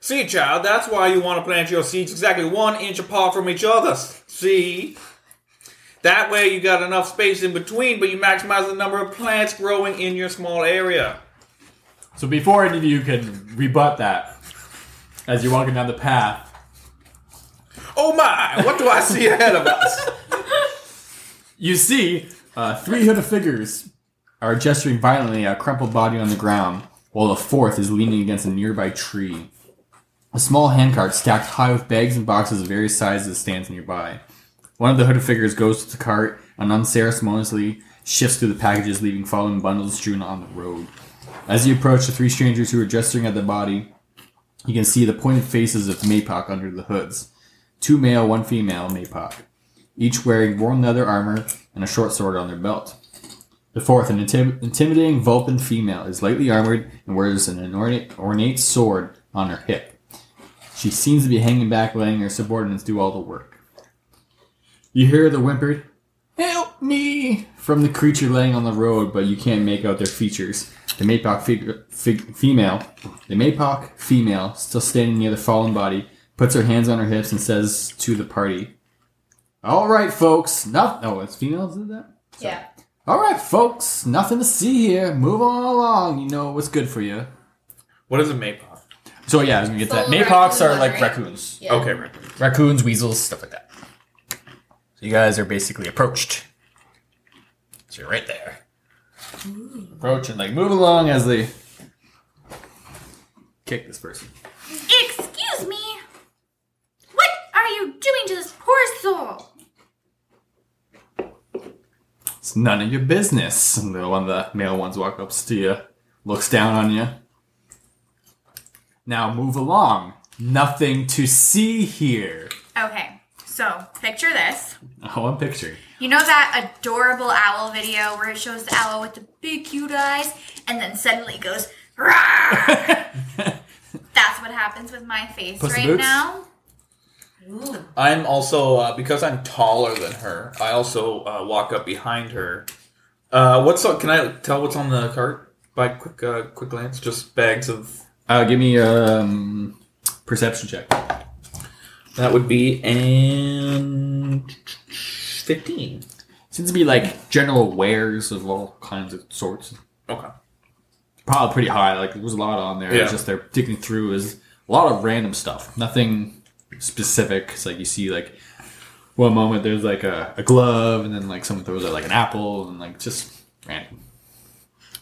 Speaker 6: See, child, that's why you want to plant your seeds exactly one inch apart from each other. See? That way you got enough space in between, but you maximize the number of plants growing in your small area.
Speaker 3: So before any of you can rebut that, as you're walking down the path,
Speaker 6: Oh my, what do I see ahead of us?
Speaker 3: you see uh, three hooded figures are gesturing violently at a crumpled body on the ground, while a fourth is leaning against a nearby tree. A small handcart stacked high with bags and boxes of various sizes stands nearby. One of the hooded figures goes to the cart and unceremoniously shifts through the packages, leaving fallen bundles strewn on the road. As you approach the three strangers who are gesturing at the body, you can see the pointed faces of Maypok under the hoods. Two male, one female Maypok each wearing worn leather armor and a short sword on their belt. The fourth, an intim- intimidating Vulcan female, is lightly armored and wears an ornate, ornate sword on her hip. She seems to be hanging back, letting her subordinates do all the work. You hear the whimpered, Help me! from the creature laying on the road, but you can't make out their features. The Maypok fig- fig- female, the Maypok female, still standing near the fallen body, puts her hands on her hips and says to the party, all right, folks. Nothing. Oh, it's females did that.
Speaker 4: yeah.
Speaker 3: All right, folks. Nothing to see here. Move on along. You know what's good for you.
Speaker 6: What is a maypop?
Speaker 3: So yeah, I was gonna get
Speaker 4: So
Speaker 3: that.
Speaker 4: raccoon
Speaker 3: Maypox are
Speaker 4: one,
Speaker 3: like
Speaker 4: right?
Speaker 3: raccoons,
Speaker 4: yeah.
Speaker 6: right.
Speaker 3: raccoons, weasels, stuff like that. So you guys are basically approached. So you're right there. Approach and like move along as they kick this person.
Speaker 5: Excuse me. What are you doing to this poor soul?
Speaker 3: It's none of your business. And the one of the male ones walk up to you, looks down on you. Now move along. Nothing to see here.
Speaker 5: Okay, so picture this.
Speaker 3: Oh, I'm picturing.
Speaker 5: You know that adorable owl video where it shows the owl with the big cute eyes and then suddenly it goes, Rah! That's what happens with my face
Speaker 3: Puss in
Speaker 5: right
Speaker 3: Boots?
Speaker 5: now.
Speaker 4: Ooh.
Speaker 6: I'm also, uh, because I'm taller than her, I also uh, walk up behind her. Uh, what's on, can I tell what's on the cart by quick uh, quick glance? Just bags of
Speaker 3: uh, give me a um, perception check.
Speaker 6: That would be and fifteen.
Speaker 3: Seems to be like general wares of all kinds of sorts.
Speaker 6: Okay.
Speaker 3: Probably pretty high. Like there was a lot on there.
Speaker 6: Yeah.
Speaker 3: It's just they're digging through is a lot of random stuff. Nothing specific. It's like you see like one moment there's like a, a glove, and then like someone throws out like an apple, and like just random.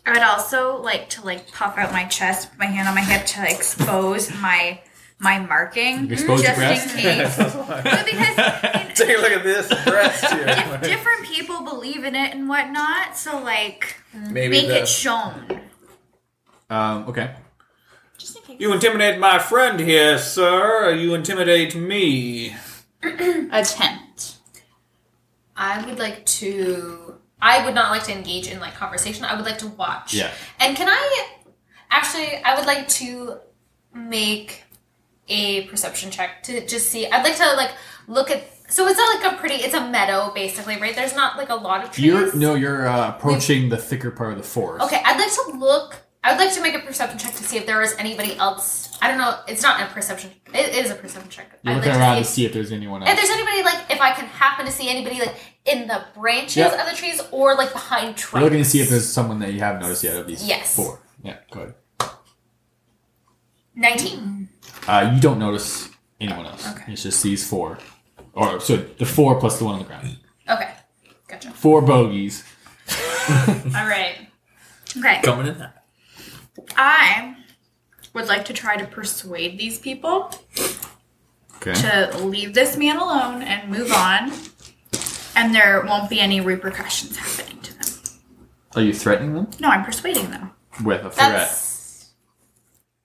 Speaker 5: I would also like to like puff out my chest, put my hand on my hip to expose my my marking,
Speaker 3: Expose your
Speaker 5: just
Speaker 3: breast?
Speaker 5: in case. but because
Speaker 6: Take a look at this breast
Speaker 5: you know, different people believe in it and whatnot, so like
Speaker 6: Maybe
Speaker 5: make it shown.
Speaker 3: Um, okay.
Speaker 5: Just in case.
Speaker 6: you intimidate my friend here, sir. Or you intimidate me.
Speaker 5: Attempt.
Speaker 4: I would like to. I would not like to engage in like conversation. I would like to watch.
Speaker 3: Yeah.
Speaker 4: And can I? Actually, I would like to make a perception check to just see. I'd like to like look at. So it's not like a pretty. It's a meadow basically, right? There's not like a lot of trees.
Speaker 3: You're no, you're uh, approaching the thicker part of the forest.
Speaker 4: Okay, I'd like to look. I would like to make a perception check to see if there was anybody else. I don't know. It's not a perception. It it is a perception check.
Speaker 3: You're
Speaker 4: I'd
Speaker 3: looking
Speaker 4: like
Speaker 3: around to
Speaker 4: if-
Speaker 3: see if there's anyone else.
Speaker 4: if there's anybody like if I can happen to see anybody like in the branches
Speaker 3: Yep.
Speaker 4: of the trees or like behind trunks.
Speaker 3: We're looking to see if there's someone that you haven't noticed yet of these
Speaker 4: Yes.
Speaker 3: four. Yeah, go ahead.
Speaker 4: nineteen.
Speaker 3: Uh, you don't notice anyone else. It's just these four. Or, so the four plus the one on the ground.
Speaker 4: Okay, gotcha.
Speaker 3: Four bogeys.
Speaker 4: All right.
Speaker 5: Okay.
Speaker 6: Coming in that.
Speaker 5: I would like to try to persuade these people
Speaker 3: Okay.
Speaker 5: to leave this man alone and move on, and there won't be any repercussions happening to them.
Speaker 3: Are you threatening them?
Speaker 5: No, I'm persuading them.
Speaker 3: With a threat.
Speaker 4: That's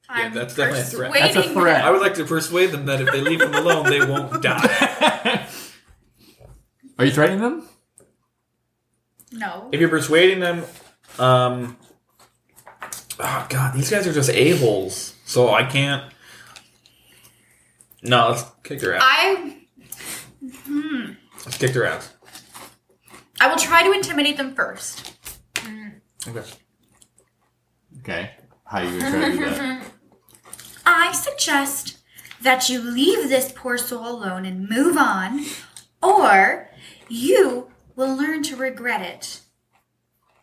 Speaker 6: Yeah,
Speaker 5: I'm
Speaker 6: that's definitely a threat.
Speaker 5: persuading
Speaker 3: That's a threat.
Speaker 6: I would like to persuade them that if they leave him alone, they won't die.
Speaker 3: Are you threatening them?
Speaker 5: No.
Speaker 6: If you're persuading them, um, oh god, these guys are just a holes. So I can't. No, let's kick their ass.
Speaker 5: I
Speaker 6: Let's kick their ass.
Speaker 5: I will try to intimidate them first.
Speaker 6: Okay.
Speaker 2: Okay. How you gonna try to do that?
Speaker 5: I suggest that you leave this poor soul alone and move on, or you will learn to regret it.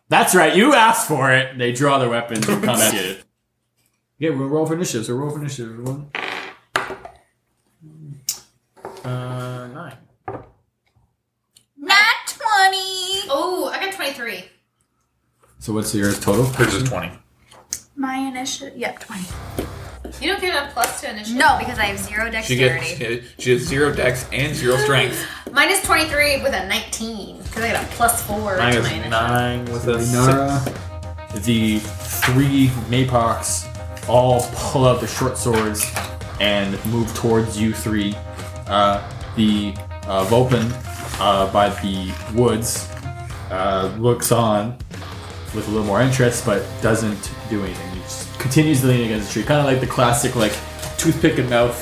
Speaker 2: That's right. You asked for it. They draw their weapons and come and get it. Yeah, we'll roll for initiatives. We'll roll for initiative. Everyone.
Speaker 6: Uh, nine.
Speaker 5: Not 20!
Speaker 4: Oh, I got 23.
Speaker 2: So what's your total?
Speaker 6: Hers is twenty.
Speaker 5: My initiative. Yep, 20.
Speaker 4: You don't get a plus to initiative.
Speaker 5: No, because I have zero
Speaker 6: She
Speaker 5: dexterity.
Speaker 6: gets she has zero dex and zero strength.
Speaker 4: Mine is 23 with a 19. Because I got a plus 4
Speaker 6: Mine
Speaker 4: to
Speaker 6: is
Speaker 4: my initiative.
Speaker 6: nine with a
Speaker 2: Nara,
Speaker 6: six.
Speaker 2: the three Mapox all pull out the short swords and move towards you three. Uh, the uh, Vulpin uh, by the woods uh, looks on with a little more interest, but doesn't do anything. He just continues leaning against the tree, kind of like the classic like toothpick in mouth,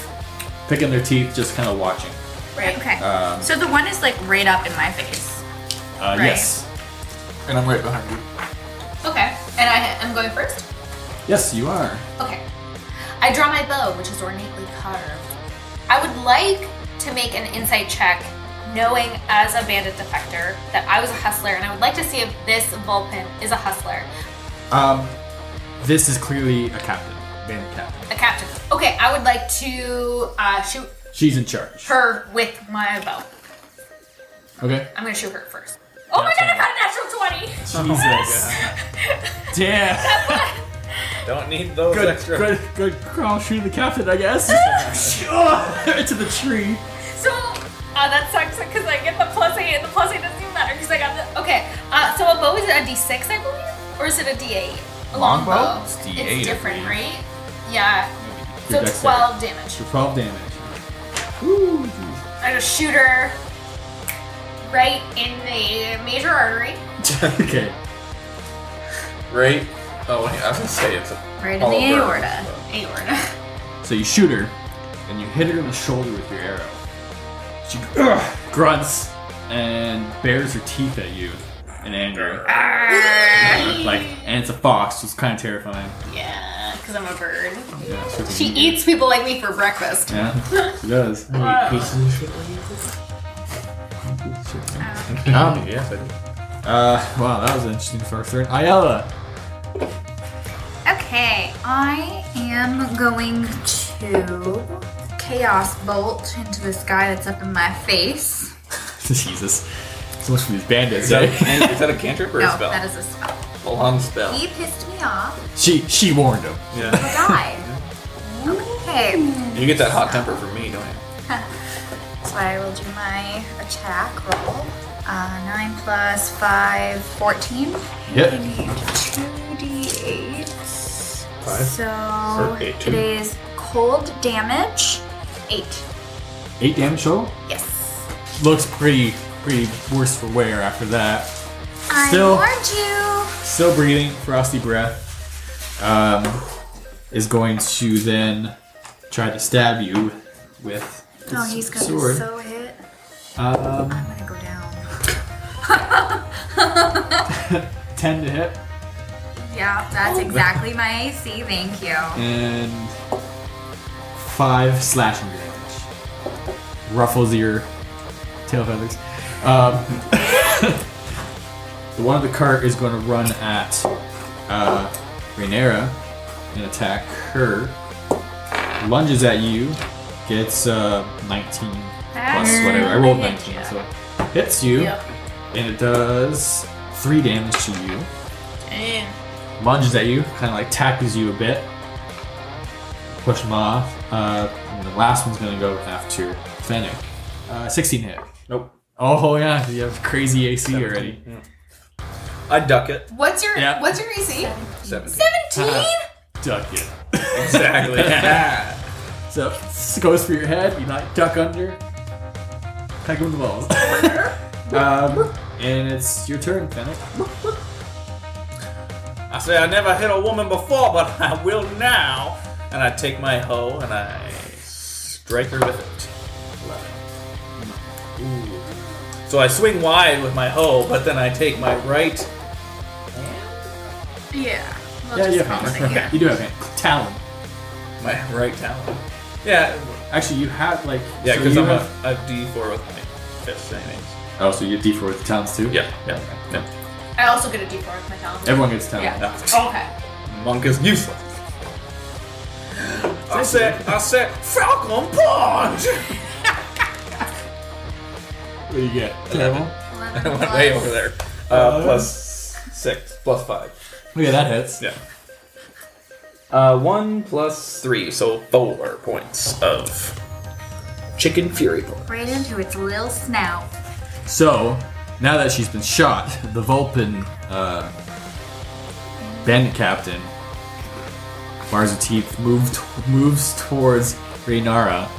Speaker 2: picking their teeth, just kind of watching.
Speaker 4: Right.
Speaker 5: Okay.
Speaker 2: Um,
Speaker 5: so the one is like right up in my face.
Speaker 2: Uh,
Speaker 5: Right.
Speaker 2: Yes,
Speaker 6: And I'm right behind you.
Speaker 4: Okay. And I, I'm going first?
Speaker 2: yes, you are.
Speaker 4: Okay. I draw my bow, which is ornately carved. I would like to make an insight check, knowing as a bandit defector that I was a hustler, and I would like to see if this Vulpin is a hustler.
Speaker 2: Um, this is clearly a captain, bandit captain.
Speaker 4: A captain. Okay, I would like to uh, shoot
Speaker 2: She's in charge.
Speaker 4: her with my bow.
Speaker 2: Okay.
Speaker 4: I'm gonna shoot her first. Oh my god, I got a natural 20!
Speaker 2: Jesus. Damn.
Speaker 6: Don't need those
Speaker 2: Good,
Speaker 6: extra.
Speaker 2: good, good crawl shooting the captain, I guess. to the tree.
Speaker 4: So uh, that sucks because I get the plus 8 and the plus 8 doesn't even matter because I got the. Okay, uh, so a bow is a d6, I believe? Or is it a d8? A long,
Speaker 6: Longbow?
Speaker 4: bow?
Speaker 6: It's D8, I
Speaker 4: different,
Speaker 6: believe.
Speaker 4: right? Yeah. So
Speaker 2: Your dexterity.
Speaker 4: 12 damage.
Speaker 2: For 12 damage. Ooh. geez.
Speaker 4: I just shoot her right in the major artery.
Speaker 2: okay.
Speaker 6: Right? Oh, wait, I was gonna say it's a
Speaker 5: Right in
Speaker 2: Oh,
Speaker 6: all
Speaker 5: the
Speaker 6: over.
Speaker 5: aorta.
Speaker 4: Aorta.
Speaker 2: So you shoot her, and you hit her in the shoulder with your arrow. She ugh, grunts and bares her teeth at you in anger. like, and it's a fox, so it's kind of terrifying.
Speaker 4: Yeah, because I'm a bird.
Speaker 2: Yeah, so-
Speaker 4: She eats people like me for breakfast.
Speaker 2: Yeah, she does.
Speaker 6: Um, yes, I do.
Speaker 2: Uh, wow, that was an interesting first turn. Ayala.
Speaker 5: Okay, I am going to chaos bolt into this guy that's up in my face.
Speaker 2: Jesus. So much for these bandits,
Speaker 6: Is that, a,
Speaker 2: eh?
Speaker 6: is that a cantrip or a
Speaker 5: No,
Speaker 6: spell?
Speaker 5: that is E. a spell.
Speaker 6: a long spell.
Speaker 5: He pissed me off.
Speaker 2: She she warned him.
Speaker 6: Yeah.
Speaker 5: I died. Okay,
Speaker 6: You get that hot temper from me, don't you?
Speaker 5: so I will do my attack roll. Uh, 9 plus 5, 14. I
Speaker 2: Yep.
Speaker 5: need 2d8.
Speaker 6: Five?
Speaker 5: So
Speaker 6: Or eight,
Speaker 5: it
Speaker 6: two?
Speaker 5: is cold damage. 8.
Speaker 2: Eight damage total.
Speaker 5: Yes.
Speaker 2: Looks pretty pretty worse for wear after that. Still-
Speaker 5: I warned you.
Speaker 2: Still breathing, frosty breath. Um, is going to then try to stab you with his
Speaker 5: Oh, he's gonna
Speaker 2: sword.
Speaker 5: so hit.
Speaker 2: um,
Speaker 5: I'm gonna go down.
Speaker 2: ten to hit Oh,
Speaker 5: Yeah, that's exactly my AC. Thank you.
Speaker 2: and five slashing damage. Ruffles your tail feathers. Um, the one of the cart is going to run at uh, Rhaenyra and attack her. Lunges at you, gets uh, 19 plus whatever. I rolled 19, so hits you, and it does three damage to you. Lunges at you, kind of like tackles you a bit. Push him off. Uh, and the last one's going to go after Fennec. Uh, 16 hit.
Speaker 6: Nope.
Speaker 2: Oh yeah, you have crazy AC already.
Speaker 6: I duck it.
Speaker 4: What's your
Speaker 2: Yeah.
Speaker 4: What's your AC?
Speaker 6: Seventeen.
Speaker 4: 17?
Speaker 2: Duck it.
Speaker 6: Exactly.
Speaker 2: So this goes for your head. You like duck under. Peck him in the balls. um, And it's your turn, Fennec.
Speaker 6: I say I never hit a woman before, but I will now. And I take my hoe and I strike her with it. Ooh. So I swing wide with my hoe, but then I take my right.
Speaker 4: Yeah. Well,
Speaker 2: Yeah,
Speaker 4: just
Speaker 2: you have
Speaker 4: crossing,
Speaker 2: hand.
Speaker 4: yeah.
Speaker 2: You do have hand. Talon.
Speaker 6: My right talon. Yeah,
Speaker 2: Actually, you have like.
Speaker 6: yeah,
Speaker 2: so
Speaker 6: because
Speaker 2: you
Speaker 6: I'm
Speaker 2: have-
Speaker 6: a, a D4 with my fist, anyways.
Speaker 2: Oh, so you get D4 with the talons too?
Speaker 6: Yeah, yeah, yeah.
Speaker 4: I also get a D4 with my talent.
Speaker 2: Everyone gets talons.
Speaker 4: Yeah. Oh,
Speaker 6: Yeah.
Speaker 4: Okay.
Speaker 6: Monk is useless. I said, I said, Falcon Punch!
Speaker 2: What do you get?
Speaker 6: Eleven. I went way over there. Uh, plus six, plus five.
Speaker 2: Okay, that hits.
Speaker 6: Yeah. Uh, one plus three, so four points of chicken fury points.
Speaker 5: Right into its little snout.
Speaker 2: So, now that she's been shot, the Vulpin uh, bandit captain, Marzatif, moved, moves towards Reynara,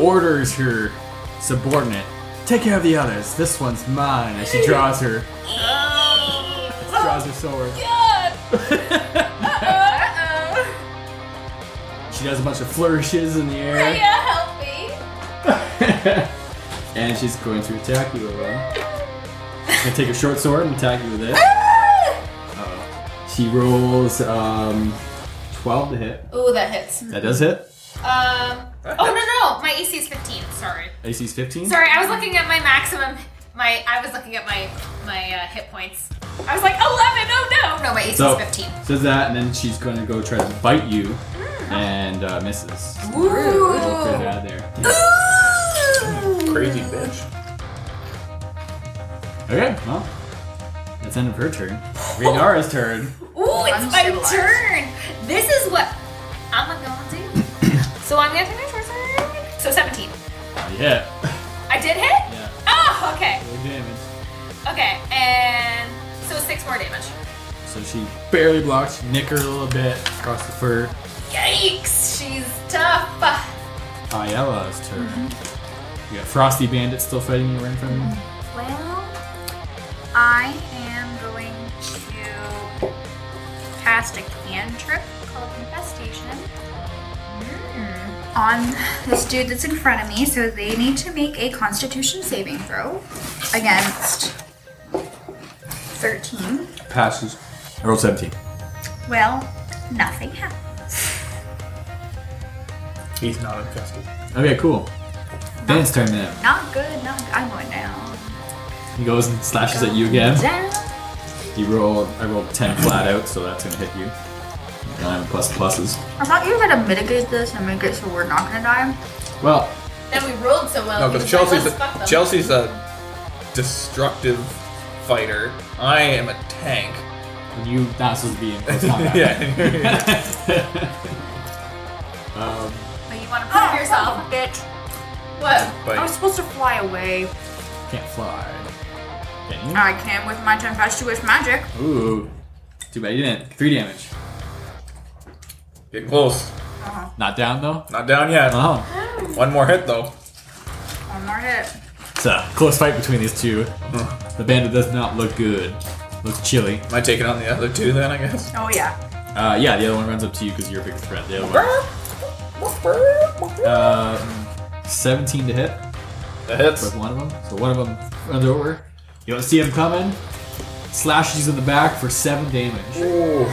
Speaker 2: orders her subordinate, take care of the others, this one's mine, as she draws her, draws her sword.
Speaker 4: Uh-oh.
Speaker 2: She does a bunch of flourishes in the air,
Speaker 4: Yeah, help me.
Speaker 2: and she's going to attack you, Laurel. She's going to take her short sword and attack you with it.
Speaker 4: Ah!
Speaker 2: She rolls um, 12 to hit.
Speaker 4: Ooh, that hits.
Speaker 2: That does hit.
Speaker 4: Um. Oh no no, my AC is 15. Sorry.
Speaker 2: AC's 15.
Speaker 4: Sorry, I was looking at my maximum. My I was looking at my my uh, hit points. I was like 11. Oh no. No, my AC
Speaker 2: So,
Speaker 4: is 15.
Speaker 2: does that, and then she's going to go try to bite you and uh, misses. Get it
Speaker 4: Ooh.
Speaker 2: out of there.
Speaker 6: Crazy bitch.
Speaker 2: Okay, well, that's the end of her turn. Renara's turn.
Speaker 4: Ooh, it's my
Speaker 5: Uncivilized.
Speaker 4: turn. This is what I'm gonna do. so I'm gonna take my short sword. So 17.
Speaker 2: Yeah.
Speaker 4: I did hit.
Speaker 2: Yeah.
Speaker 4: Oh, okay,
Speaker 2: Good damage.
Speaker 4: okay, and so six more damage.
Speaker 2: So she barely blocks, you nick her a little bit across the fur.
Speaker 4: Yikes, she's tough.
Speaker 2: Ayala's turn. You got Frosty Bandit still fighting you right in front of you.
Speaker 5: Well, I am going to cast a cantrip called Infestation on this dude that's in front of me, so they need to make a Constitution saving throw against 13.
Speaker 2: Passes. I rolled 17.
Speaker 5: Well, nothing happened.
Speaker 6: He's not infested.
Speaker 2: Okay, cool. Dan's turn then.
Speaker 5: Not good, not good. I'm going down.
Speaker 2: He goes and slashes at you again.
Speaker 5: Down.
Speaker 2: You roll. I rolled ten flat out, so that's gonna hit you. You don't have plus pluses.
Speaker 5: I thought you were gonna mitigate this and make it so we're not gonna die.
Speaker 2: Well,
Speaker 4: Then we rolled so well.
Speaker 6: No,
Speaker 4: he
Speaker 6: because
Speaker 4: was like,
Speaker 6: Chelsea's
Speaker 4: "Let's fuck
Speaker 6: a,
Speaker 4: them."
Speaker 6: Chelsea's a destructive fighter. I am a tank.
Speaker 2: you not supposed to be in close combat.
Speaker 6: yeah.
Speaker 2: Um,
Speaker 4: But you want to
Speaker 5: Oh,
Speaker 4: prove yourself?
Speaker 5: bitch.
Speaker 4: What?
Speaker 6: But
Speaker 5: supposed to fly away.
Speaker 2: can't fly. Can
Speaker 5: I can with my tempestuous magic.
Speaker 2: you? Ooh, too bad you didn't. Three damage.
Speaker 6: getting close.
Speaker 2: Not down though.
Speaker 6: Not down yet.
Speaker 2: Oh,
Speaker 6: One more hit though.
Speaker 5: One more hit.
Speaker 2: it's a close fight between these two. The bandit does not look good. Looks chilly.
Speaker 6: Am I taking on the other two then? I guess.
Speaker 5: Oh yeah.
Speaker 2: Uh, yeah, the other one runs up to you because you're a big threat. The other one. Um, 17 to hit
Speaker 6: That hits.
Speaker 2: with one of them. So one of them runs over. You don't see him coming. Slashes you in the back for seven damage.
Speaker 6: Ooh.
Speaker 2: It's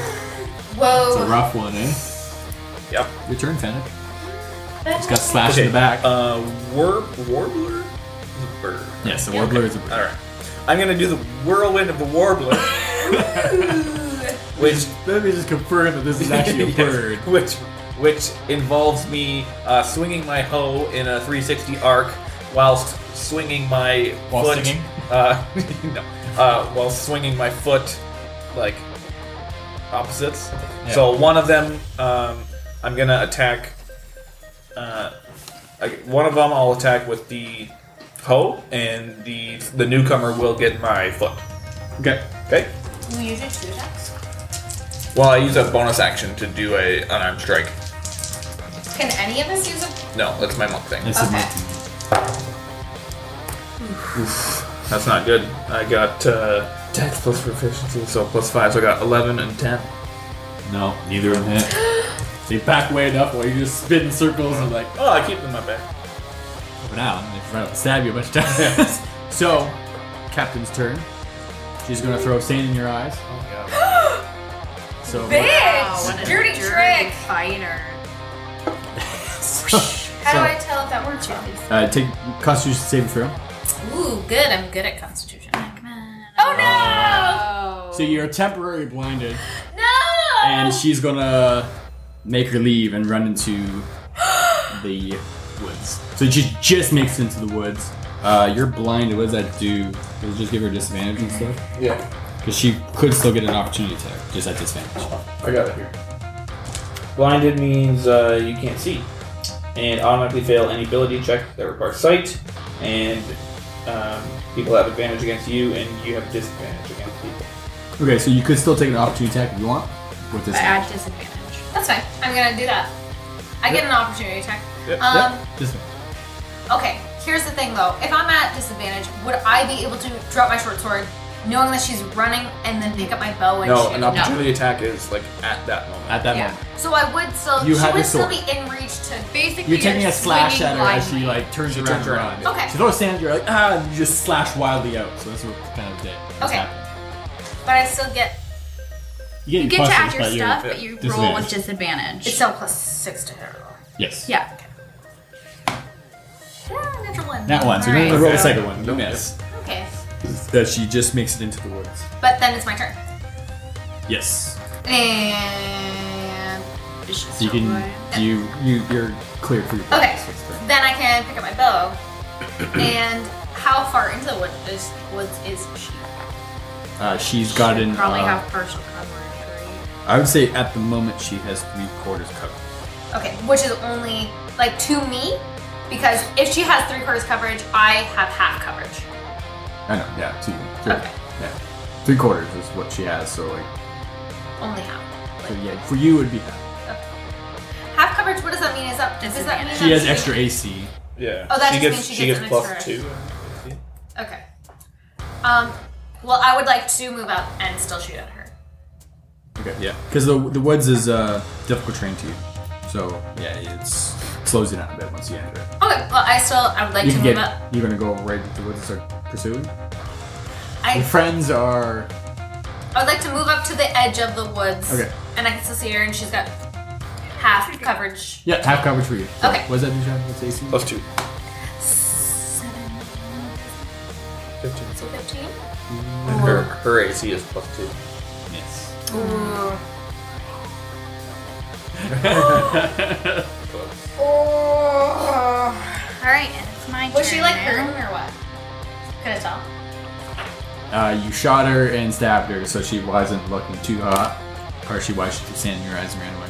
Speaker 2: a
Speaker 4: Whoa.
Speaker 2: rough one, eh?
Speaker 6: Yep.
Speaker 2: Your turn, Fennec. It's got slashed in the back.
Speaker 6: Uh, warp warbler. Is a bird.
Speaker 2: yes, the warbler is a bird.
Speaker 6: All right. I'm gonna do the whirlwind of the warbler, which
Speaker 2: Let me just confirm that this is actually a
Speaker 6: Yes,
Speaker 2: bird.
Speaker 6: which which involves me uh, swinging my hoe in a 360 arc whilst swinging my
Speaker 2: While
Speaker 6: foot.
Speaker 2: singing?
Speaker 6: Uh, no. Uh, while swinging my foot, like opposites.
Speaker 2: Yeah.
Speaker 6: So one of them, um, I'm gonna attack. Uh, I, one of them I'll attack with the hoe, and the the newcomer will get my foot.
Speaker 2: Okay.
Speaker 6: Okay.
Speaker 4: You usually two attacks.
Speaker 6: Well, I use a bonus action to do a unarmed strike.
Speaker 4: Can any of us use a?
Speaker 6: No, that's my monk thing.
Speaker 2: This is
Speaker 4: Okay.
Speaker 2: my.
Speaker 6: That's not good. I got uh, dex plus proficiency, so plus five. So I got eleven and ten.
Speaker 2: No, neither of them hit. So you back way enough while you're just spinning circles and like,
Speaker 6: Oh, I keep them in my back.
Speaker 2: for now, they try to stab you a bunch of times. so, Captain's turn. She's gonna throw sand in your eyes.
Speaker 6: Oh,
Speaker 2: So,
Speaker 4: Bitch! dirty, trick!
Speaker 3: Fighter.
Speaker 2: so,
Speaker 4: How do I tell if that works or not?
Speaker 2: uh, take Constitution saving throw.
Speaker 4: Ooh, good. I'm good at Constitution.
Speaker 5: Come on.
Speaker 4: Oh no!
Speaker 3: Oh.
Speaker 2: So you're temporarily blinded,
Speaker 4: No!
Speaker 2: and she's gonna make her leave and run into the woods. So she just makes it into the woods. Uh, you're blinded. What does that do? Does it just give her disadvantage and stuff?
Speaker 6: Yeah,
Speaker 2: Because she could still get an opportunity attack, just at disadvantage.
Speaker 6: I got it here. Blinded means uh, you can't see, and automatically fail any ability check that requires sight, and um, people have advantage against you, and you have disadvantage against people.
Speaker 2: Okay, so you could still take an opportunity attack if you want with
Speaker 3: Uh,
Speaker 2: this.
Speaker 5: But at disadvantage.
Speaker 4: That's fine. I'm gonna do that. I get an opportunity attack.
Speaker 6: Yep.
Speaker 4: Um,
Speaker 2: Just
Speaker 4: Okay, here's the thing though. If I'm at disadvantage, would I be able to drop my short sword knowing that she's running and then pick up my bow and shoot?
Speaker 6: attack is like at that moment.
Speaker 2: at that
Speaker 3: Yeah.
Speaker 2: moment.
Speaker 4: So I would still,
Speaker 2: You
Speaker 4: she
Speaker 2: have
Speaker 4: would
Speaker 2: your
Speaker 4: still
Speaker 2: sword.
Speaker 4: be in reach to.
Speaker 3: Basically,
Speaker 2: You're taking a slash
Speaker 3: swinging
Speaker 2: at her as she
Speaker 3: blindly.
Speaker 2: like turns
Speaker 6: She
Speaker 2: around.
Speaker 6: turns
Speaker 2: and
Speaker 6: around.
Speaker 2: around.
Speaker 4: Okay.
Speaker 2: She throws sand. You're like ah, and you just slash wildly out. So that's what kind of did. That's
Speaker 4: Okay.
Speaker 2: happened.
Speaker 4: But I still get,
Speaker 3: You get to
Speaker 2: pluses,
Speaker 3: add your
Speaker 2: but you're-
Speaker 3: stuff, but you roll with disadvantage.
Speaker 4: it's still plus six to her roll.
Speaker 2: Yes.
Speaker 3: yeah.
Speaker 4: Yeah, natural one.
Speaker 2: That one. So
Speaker 3: All
Speaker 2: you're gonna
Speaker 3: right.
Speaker 2: roll the second one. You miss.
Speaker 4: Okay,
Speaker 2: That she just makes it into the woods.
Speaker 4: but then it's my turn.
Speaker 2: Yes.
Speaker 4: And
Speaker 2: So you can you you you're clear for your
Speaker 4: Okay.
Speaker 2: purpose.
Speaker 4: then I can pick up my bow. and how far into the wood is, woods is she?
Speaker 2: Uh, she's gotten.
Speaker 3: Probably
Speaker 2: uh,
Speaker 3: have partial coverage. Right?
Speaker 2: I would say at the moment she has three quarters covered.
Speaker 4: Okay, which is only like to me, because if she has three quarters coverage, I have half coverage.
Speaker 2: I know. Yeah. Two. three.
Speaker 4: Okay.
Speaker 2: Yeah. Three quarters is what she has. So like.
Speaker 4: Only half.
Speaker 2: So yeah, for you it would be half.
Speaker 4: Half coverage. What does that mean? Is that does that mean
Speaker 3: Disadvantage.
Speaker 2: She
Speaker 4: that
Speaker 2: has extra AC.
Speaker 6: Yeah.
Speaker 4: Oh, that
Speaker 6: she
Speaker 4: just
Speaker 6: gets
Speaker 4: means she
Speaker 6: she
Speaker 4: gets
Speaker 6: gets
Speaker 4: an
Speaker 6: plus
Speaker 4: extra-
Speaker 6: two.
Speaker 4: Okay. Um. Well, I would like to move up and still shoot at her.
Speaker 2: Okay. Yeah. Because the, the woods is uh, difficult terrain to you, so yeah, it's it slows you down a bit once you enter. it.
Speaker 4: Okay. Well, I still I would like
Speaker 2: You
Speaker 4: to
Speaker 2: can
Speaker 4: move
Speaker 2: get
Speaker 4: up.
Speaker 2: you're gonna go right into the woods and start pursuing. Your
Speaker 4: I
Speaker 2: friends are
Speaker 4: I would like to move up to the edge of the woods.
Speaker 2: Okay.
Speaker 4: And I can still see her, and she's got half coverage.
Speaker 2: yeah half coverage for you. So
Speaker 4: Okay.
Speaker 2: What does that do, John? What's AC?
Speaker 6: Plus two. Fifteen.
Speaker 4: So fifteen.
Speaker 6: Her, her AC is plus two.
Speaker 2: Yes.
Speaker 4: Ooh.
Speaker 6: Plus.
Speaker 4: Oh.
Speaker 5: All right, and it's my turn.
Speaker 4: Was she like
Speaker 5: now.
Speaker 4: hurting or what? Could I tell?
Speaker 2: Uh, you shot her and stabbed her, so she wasn't looking too hot, or she why she kept sand in your eyes and ran away.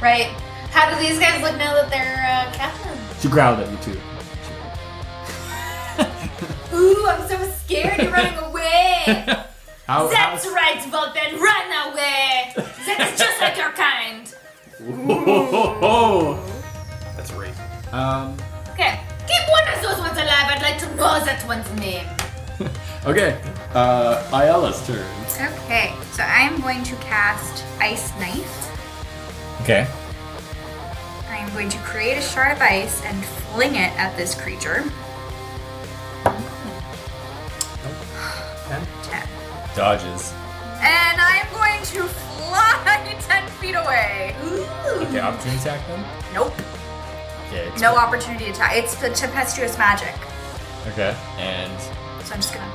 Speaker 4: Right. How do these guys look now that they're uh, captain?
Speaker 2: She growled at you too.
Speaker 4: Ooh, I'm so scared. You're running away.
Speaker 2: How,
Speaker 4: That's
Speaker 2: how's-
Speaker 4: right, Volpen. Run away. That's just like your kind.
Speaker 6: That's right.
Speaker 2: Um,
Speaker 4: Okay. Keep one of those ones alive. I'd like to know that one's name.
Speaker 2: okay. Uh, Ayala's turn.
Speaker 5: Okay, so I'm going to cast Ice Knife.
Speaker 2: Okay.
Speaker 5: I'm going to create a shard of ice and fling it at this creature.
Speaker 6: Ten?
Speaker 5: Ten.
Speaker 2: Dodges.
Speaker 5: And I'm going to fly ten feet away.
Speaker 2: Okay, opportunity attack them.
Speaker 5: Nope.
Speaker 2: Okay. it's-
Speaker 5: No opportunity attack. It's the tempestuous magic.
Speaker 2: Okay. And
Speaker 5: So I'm just gonna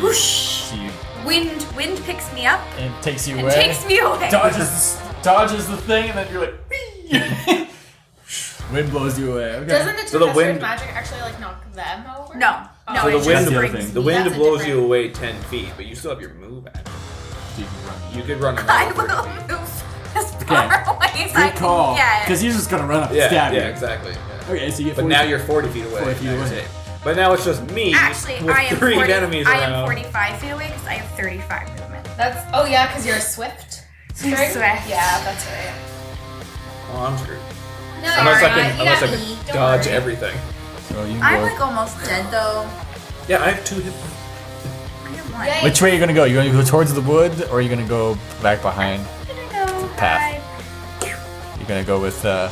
Speaker 5: whoosh.
Speaker 2: she
Speaker 5: Wind wind picks me up
Speaker 2: and takes you
Speaker 5: and
Speaker 2: away.
Speaker 5: takes me away.
Speaker 2: dodges dodges the thing, and then you're like, "Whee!" wind blows you away. Okay.
Speaker 4: Doesn't the
Speaker 6: So the
Speaker 4: Tempestuous
Speaker 6: wind-
Speaker 4: magic actually like knock them over? Oh.
Speaker 5: No. No,
Speaker 6: So
Speaker 5: it
Speaker 6: the
Speaker 5: just
Speaker 6: wind-
Speaker 5: brings
Speaker 2: That's the
Speaker 6: The
Speaker 5: me-
Speaker 6: wind
Speaker 4: That's a
Speaker 6: blows
Speaker 4: different-
Speaker 6: you away ten feet, but you still have your move action.
Speaker 2: So you can run.
Speaker 6: You could run. another
Speaker 5: I
Speaker 6: 30 feet.
Speaker 5: will move as far away as I
Speaker 2: Good call.
Speaker 5: can get.
Speaker 2: Because he's just gonna run up and
Speaker 6: Yeah,
Speaker 2: stab
Speaker 6: yeah,
Speaker 2: you.
Speaker 6: exactly. yeah.
Speaker 2: Okay, so you get.
Speaker 6: But
Speaker 2: 40
Speaker 6: now you're 40 feet away.
Speaker 2: 40 feet
Speaker 6: I would
Speaker 2: away.
Speaker 6: say. But now it's just me
Speaker 5: Actually,
Speaker 6: with
Speaker 5: I am
Speaker 6: three
Speaker 5: 40,
Speaker 6: enemies
Speaker 5: I
Speaker 6: around.
Speaker 5: am 45 feet away because I have 35 movement.
Speaker 4: That's. Oh yeah, because you're a swift. String?
Speaker 5: swift.
Speaker 4: Yeah, that's right.
Speaker 6: Oh, I'm screwed.
Speaker 4: No,
Speaker 6: Unless
Speaker 4: you're
Speaker 6: I
Speaker 4: not.
Speaker 6: can,
Speaker 4: You
Speaker 6: unless
Speaker 4: got
Speaker 6: I
Speaker 4: me.
Speaker 6: can
Speaker 4: Don't
Speaker 6: dodge
Speaker 4: worry.
Speaker 6: everything.
Speaker 2: So you
Speaker 5: I'm
Speaker 2: can
Speaker 5: like almost dead though.
Speaker 6: Yeah, I have two hit points.
Speaker 5: I have one.
Speaker 4: Yay.
Speaker 7: Which way are you gonna go? You gonna go towards the wood, or are you gonna go back behind?
Speaker 5: I'm gonna go
Speaker 7: Path.
Speaker 5: hide.
Speaker 7: You're gonna go with uh,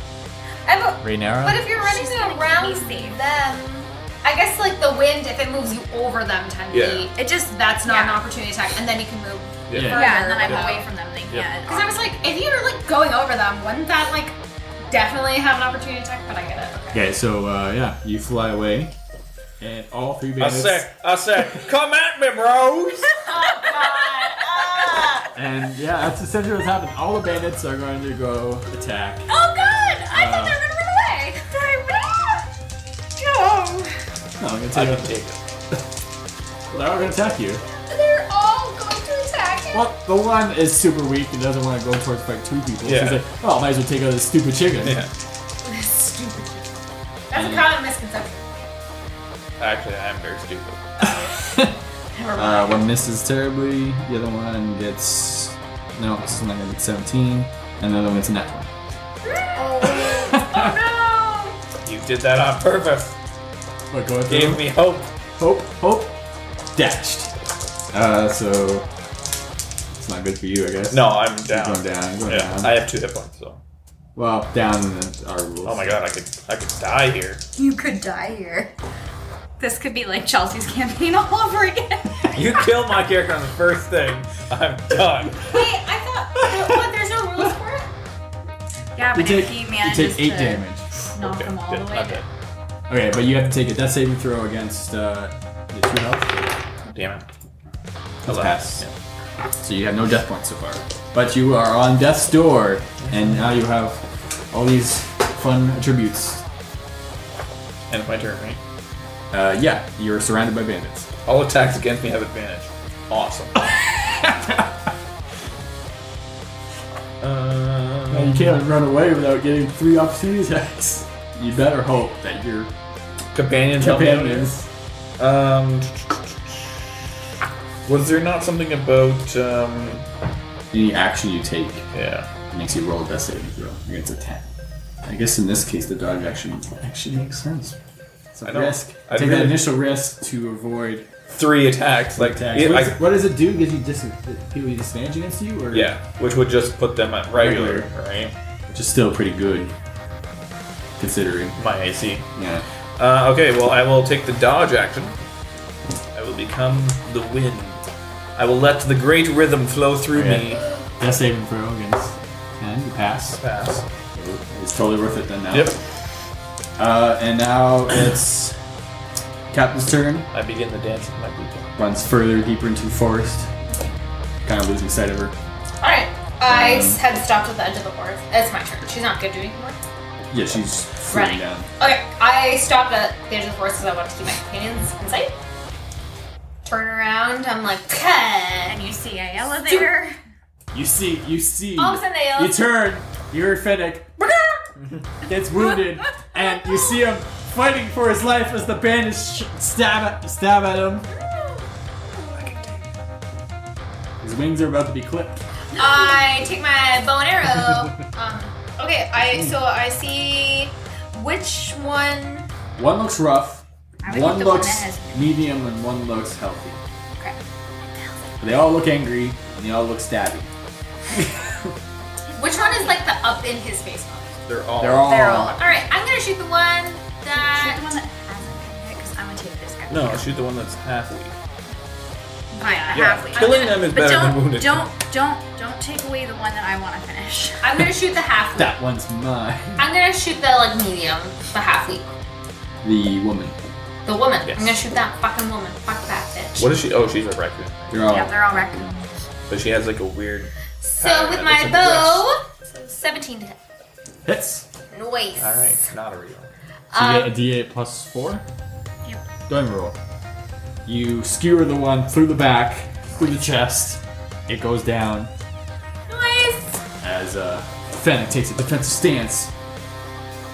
Speaker 4: I'm a-
Speaker 7: Rainara?
Speaker 4: but if you're running
Speaker 5: She's gonna
Speaker 4: around
Speaker 5: keep me safe.
Speaker 4: them, I guess like the wind, if it moves you over them ten
Speaker 6: Yeah.
Speaker 4: feet, it just that's not an
Speaker 5: Yeah.
Speaker 4: opportunity attack, and then you can move.
Speaker 6: Yeah.
Speaker 2: Yeah.
Speaker 4: further
Speaker 3: Yeah, and then I'm
Speaker 4: without-
Speaker 3: away from them. They can't.
Speaker 4: Because I was like, if you're like going over them, wouldn't that like definitely have an opportunity attack? But I get it. Okay.
Speaker 2: Okay, so uh, yeah, you fly away, and all three bandits.
Speaker 6: I said, come at me, bros!
Speaker 4: Oh god. Ah.
Speaker 2: And yeah, that's essentially what's happened. All the bandits are going to go attack.
Speaker 4: Oh god! I thought they were gonna run away.
Speaker 2: No, I'm
Speaker 6: I
Speaker 2: gonna take
Speaker 6: can
Speaker 2: it.
Speaker 6: take it.
Speaker 2: They're all gonna attack you.
Speaker 4: They're all going to attack you.
Speaker 2: Well, the one is super weak and doesn't want to go towards like two people.
Speaker 6: Yeah.
Speaker 2: She's like, oh, might as well take out this stupid chicken.
Speaker 6: Yeah.
Speaker 4: Stupid. That's a common misconception.
Speaker 6: Actually, I'm very stupid.
Speaker 4: Never mind.
Speaker 2: Uh, one misses terribly. The other one gets no. This is not gonna get 17, and the other one gets a net one.
Speaker 4: oh
Speaker 6: You did that on purpose.
Speaker 2: What going through?
Speaker 6: Gave me hope.
Speaker 2: Hope, hope, dashed. Uh, so it's not good for you, I guess.
Speaker 6: No, I'm down.
Speaker 2: Going down. Going
Speaker 6: Yeah,
Speaker 2: down.
Speaker 6: I have two hit points, so.
Speaker 2: well, down in our rules.
Speaker 6: Oh my god, I could I could die here.
Speaker 3: You could die here. This could be like Chelsea's campaign all over again.
Speaker 6: You killed my character on the first thing. I'm done.
Speaker 4: no! Wait, I thought. What? There's no rules for it.
Speaker 3: Yeah,
Speaker 2: You
Speaker 3: but
Speaker 2: take,
Speaker 3: if he
Speaker 2: you
Speaker 3: manages
Speaker 2: take eight
Speaker 3: to
Speaker 2: damage.
Speaker 3: knock
Speaker 6: Okay,
Speaker 3: them all
Speaker 6: good,
Speaker 3: the way
Speaker 6: I'm
Speaker 3: down.
Speaker 6: dead.
Speaker 2: Okay, but you have to take a death saving throw against uh, the two health.
Speaker 6: Damn it.
Speaker 2: That's
Speaker 6: Hello.
Speaker 2: pass. So you have no death points so far. But you are on death's door, and now you have all these fun attributes.
Speaker 6: End of my turn, right?
Speaker 2: Uh, yeah, you're surrounded by bandits.
Speaker 6: All attacks against me have advantage. Awesome.
Speaker 2: Now,
Speaker 6: um,
Speaker 2: you can't run away without getting three opportunity attacks. You better hope that your
Speaker 6: companions. help me out here.
Speaker 2: companions.
Speaker 6: Um, was there not something about um?
Speaker 2: Any action you take
Speaker 6: Yeah.
Speaker 2: makes you roll a death saving throw against a 10. I guess in this case, the dodge action actually makes sense. It's a
Speaker 6: I don't-
Speaker 2: risk.
Speaker 6: I
Speaker 2: take that
Speaker 6: really-
Speaker 2: initial risk to avoid
Speaker 6: Three attacks. Like
Speaker 2: attacks.
Speaker 6: it-
Speaker 2: what,
Speaker 6: I-
Speaker 2: does it, what does it do? Gives you dis- people you disadvantage against you, or
Speaker 6: yeah, which would just put them at regular,
Speaker 2: Regular.
Speaker 6: right?
Speaker 2: which is still pretty good considering.
Speaker 6: My AC.
Speaker 2: Yeah.
Speaker 6: Uh, okay, well, I will take the dodge action. I will become the wind. I will let the great rhythm flow through me.
Speaker 2: Death saving throw against 10. You pass.
Speaker 6: Pass.
Speaker 2: It's totally worth it then. Now.
Speaker 6: Yep.
Speaker 2: Uh, and now it's Captain's turn.
Speaker 6: I begin the dance of my people.
Speaker 2: Runs further deeper into the forest, kind of losing sight of her.
Speaker 4: All right. I
Speaker 2: Um,
Speaker 4: had stopped at the edge of the forest. It's my turn. She's not good doing anymore.
Speaker 2: Yeah, she's
Speaker 4: Running.
Speaker 2: running down.
Speaker 4: Okay, I stopped at the edge of the forest because I wanted to keep my companions in sight. Turn around. I'm like,
Speaker 3: And
Speaker 4: and
Speaker 3: you see Ayala there.
Speaker 2: You see, you see.
Speaker 4: all of a sudden they all
Speaker 2: You turn, you're Fennec, gets wounded, and you see him fighting for his life as the bandits sh- stab, at, stab at him. His wings are about to be clipped.
Speaker 4: I take my bow and arrow. um, okay, I so I see which one.
Speaker 2: One looks rough,
Speaker 5: I would
Speaker 2: one
Speaker 5: pick the one
Speaker 2: looks
Speaker 5: that has-
Speaker 2: medium, and one looks healthy.
Speaker 5: Okay.
Speaker 2: They all look angry, and they all look stabby.
Speaker 4: Which one is like the up in his face one?
Speaker 6: They're all.
Speaker 2: They're all.
Speaker 5: They're all-
Speaker 4: All right, I'm gonna shoot the one
Speaker 3: Shoot the
Speaker 4: that.
Speaker 3: one that hasn't been hit because I'm gonna take this guy.
Speaker 6: No, shoot the one that's half weak.
Speaker 3: I
Speaker 6: Yeah,
Speaker 3: have
Speaker 6: killing them is
Speaker 3: But
Speaker 6: better
Speaker 3: don't,
Speaker 6: than wounded.
Speaker 3: don't, don't, don't take away the one that I want to finish.
Speaker 4: I'm gonna shoot the half.
Speaker 2: That one's mine.
Speaker 4: I'm gonna shoot the like medium, the half week,
Speaker 2: The woman.
Speaker 4: the woman.
Speaker 6: Yes.
Speaker 4: I'm gonna shoot that fucking woman. Fuck that bitch.
Speaker 6: What is she? Oh, she's a raccoon.
Speaker 2: They're all.
Speaker 3: Yeah, they're all raccoons.
Speaker 6: But she has like a weird.
Speaker 4: So with my bow, 17 to hit.
Speaker 2: Hits.
Speaker 4: Noise.
Speaker 6: All right, not a real.
Speaker 2: So you
Speaker 4: Um,
Speaker 2: get a d8 plus 4?
Speaker 3: Yep.
Speaker 2: Go ahead and roll. You skewer the one through the back, through the chest. It goes down
Speaker 4: Noise.
Speaker 2: as uh, Fennec takes a defensive stance,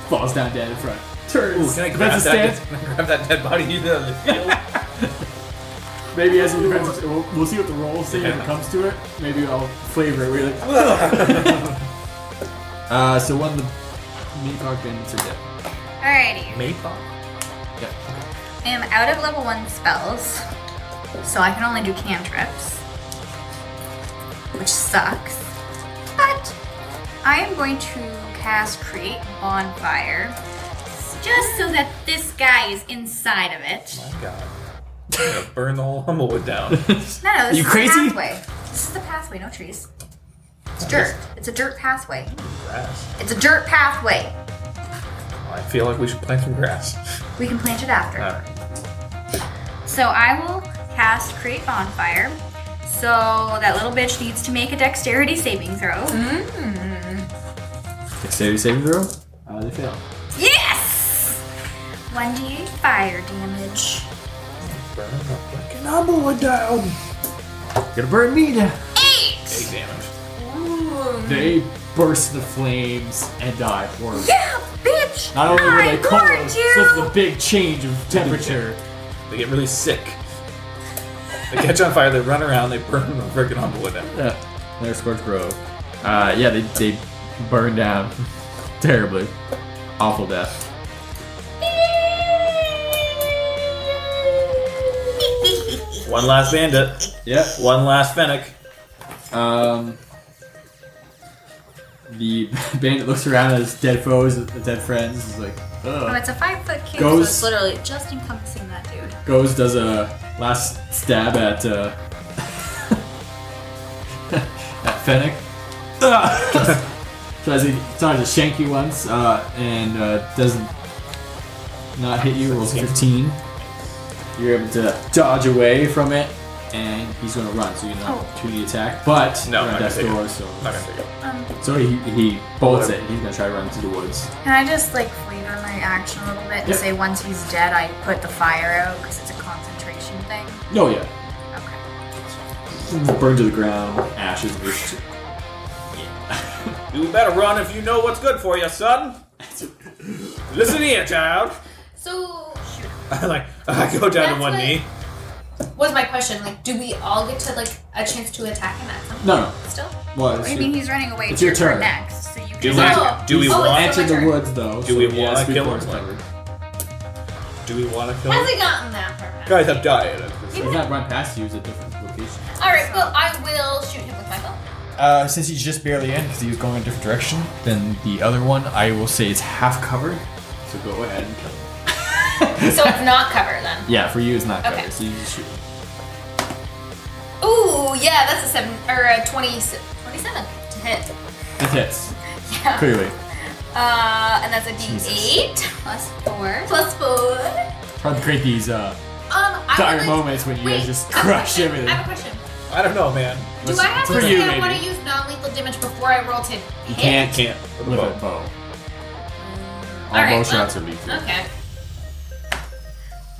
Speaker 2: falls down dead in front.
Speaker 6: Ooh,
Speaker 2: Turns.
Speaker 6: can I grab
Speaker 2: defensive
Speaker 6: that?
Speaker 2: stance.
Speaker 6: Can I grab that dead body you did on the field?
Speaker 2: Maybe as a defensive. We'll, we'll see what the roll say when it comes to it. Maybe I'll flavor it. We're like. uh, so one of the Meacock bandits are dead.
Speaker 3: Alrighty.
Speaker 6: Maypop.
Speaker 2: Yeah.
Speaker 5: I am out of level one spells, so I can only do cantrips, which sucks. But I am going to cast Create Bonfire just so that this guy is inside of it.
Speaker 6: My Oh, God. I'm gonna burn the whole Humblewood down.
Speaker 5: No, no, this
Speaker 2: You
Speaker 5: is
Speaker 2: crazy?
Speaker 5: the pathway. This is the pathway, no trees. It's dirt. It's a dirt pathway.
Speaker 6: grass.
Speaker 5: It's a dirt pathway.
Speaker 6: I feel like we should plant some grass.
Speaker 5: We can plant it after.
Speaker 6: All right.
Speaker 5: So I will cast Create Bonfire. So that little bitch needs to make a dexterity saving throw.
Speaker 2: Dexterity saving throw. Uh, they fail.
Speaker 5: Yes! 1d8 fire damage.
Speaker 6: Burn the fucking Humblewood down.
Speaker 2: Gonna burn me down.
Speaker 5: Eight!
Speaker 6: Eight damage.
Speaker 2: They burst the flames and die horribly.
Speaker 5: Yeah, bitch!
Speaker 2: Not only were
Speaker 5: I
Speaker 2: they cold,
Speaker 5: warned you!
Speaker 2: so it's the big change of temperature.
Speaker 6: They get really sick. They catch on fire, they run around, they burn the freaking Humblewood down.
Speaker 2: Yeah. There's Scorch Grove. Uh, yeah, they, they burn down terribly. Awful death.
Speaker 6: One last bandit.
Speaker 2: Yep.
Speaker 6: One last Fennec.
Speaker 2: Um, the bandit looks around at his dead foes, his dead friends. Is like,
Speaker 5: Oh,
Speaker 2: ugh.
Speaker 5: it's a five foot cube, so
Speaker 2: Goes-
Speaker 5: it's literally just encompassing that dude.
Speaker 2: Goes does a last stab at uh, at Fennec. Ugh. tries to tries to shank you once, uh, and uh, doesn't not hit you. Rolls a fifteen. You're able to dodge away from it, and he's going to run, so you're not
Speaker 4: Oh.
Speaker 2: opportunity attack. But
Speaker 6: No,
Speaker 2: you're on
Speaker 6: not
Speaker 2: death
Speaker 6: gonna take
Speaker 2: door,
Speaker 6: it.
Speaker 2: so
Speaker 6: Not gonna take it.
Speaker 2: So he, he bolts it. He's gonna try to run into the woods.
Speaker 5: Can I just like flavor my action a little bit and
Speaker 2: Yeah.
Speaker 5: say once he's dead, I put the fire out because it's a concentration thing?
Speaker 2: No, oh, yeah.
Speaker 5: Okay.
Speaker 2: Burned to the ground, ashes. Which,
Speaker 6: You better run if you know what's good for you, son. Listen here, child.
Speaker 4: So
Speaker 6: I like I go
Speaker 4: That's
Speaker 6: down to one
Speaker 4: what-
Speaker 6: knee.
Speaker 4: was my question like, do we all get to like a chance to attack him at some point
Speaker 2: no, no.
Speaker 4: still?
Speaker 2: Well, it's
Speaker 5: I mean, he's running away.
Speaker 2: It's your
Speaker 5: turn
Speaker 2: turn.
Speaker 5: next, so you can.
Speaker 6: Do we,
Speaker 4: Exactly.
Speaker 6: do we
Speaker 4: Oh, it's
Speaker 6: want
Speaker 2: enter
Speaker 4: my
Speaker 2: the
Speaker 4: turn.
Speaker 2: woods though.
Speaker 6: Do we
Speaker 2: so
Speaker 6: wanna
Speaker 2: yes,
Speaker 6: kill
Speaker 2: want
Speaker 6: him?
Speaker 2: to him?
Speaker 6: do we want to kill
Speaker 4: Has
Speaker 6: him?
Speaker 4: it gotten that far?
Speaker 6: Guys, I'm dying.
Speaker 2: He's not run past you. It's a different location.
Speaker 4: All right. Well, I will shoot him with my bow.
Speaker 3: Uh, since he's just barely in because he was going a different direction than the other one, I will say it's half covered.
Speaker 2: So go ahead and kill him.
Speaker 4: So it's not cover then.
Speaker 3: Yeah, for you it's not
Speaker 4: Okay.
Speaker 3: covered.
Speaker 2: So you just shoot. him.
Speaker 4: Ooh, yeah, that's a seven or a 20, 27 to hit.
Speaker 2: That hits.
Speaker 4: Yeah.
Speaker 3: Clearly.
Speaker 4: Uh, and that's a D8 plus four plus four.
Speaker 3: Trying to create these uh,
Speaker 4: Um, I
Speaker 3: dire
Speaker 4: would like-
Speaker 3: moments when you guys
Speaker 4: wait,
Speaker 3: just
Speaker 4: I have a
Speaker 3: crush
Speaker 4: question.
Speaker 3: everything.
Speaker 4: I have a question.
Speaker 6: I don't know, man.
Speaker 4: Do I have to
Speaker 3: for
Speaker 4: say
Speaker 3: you,
Speaker 4: I want to
Speaker 3: maybe.
Speaker 4: use non-lethal damage before I roll to hit?
Speaker 3: You can't
Speaker 6: Can't.
Speaker 3: with a bow. All
Speaker 4: right,
Speaker 3: bow
Speaker 4: well-
Speaker 3: shots are lethal.
Speaker 4: Okay.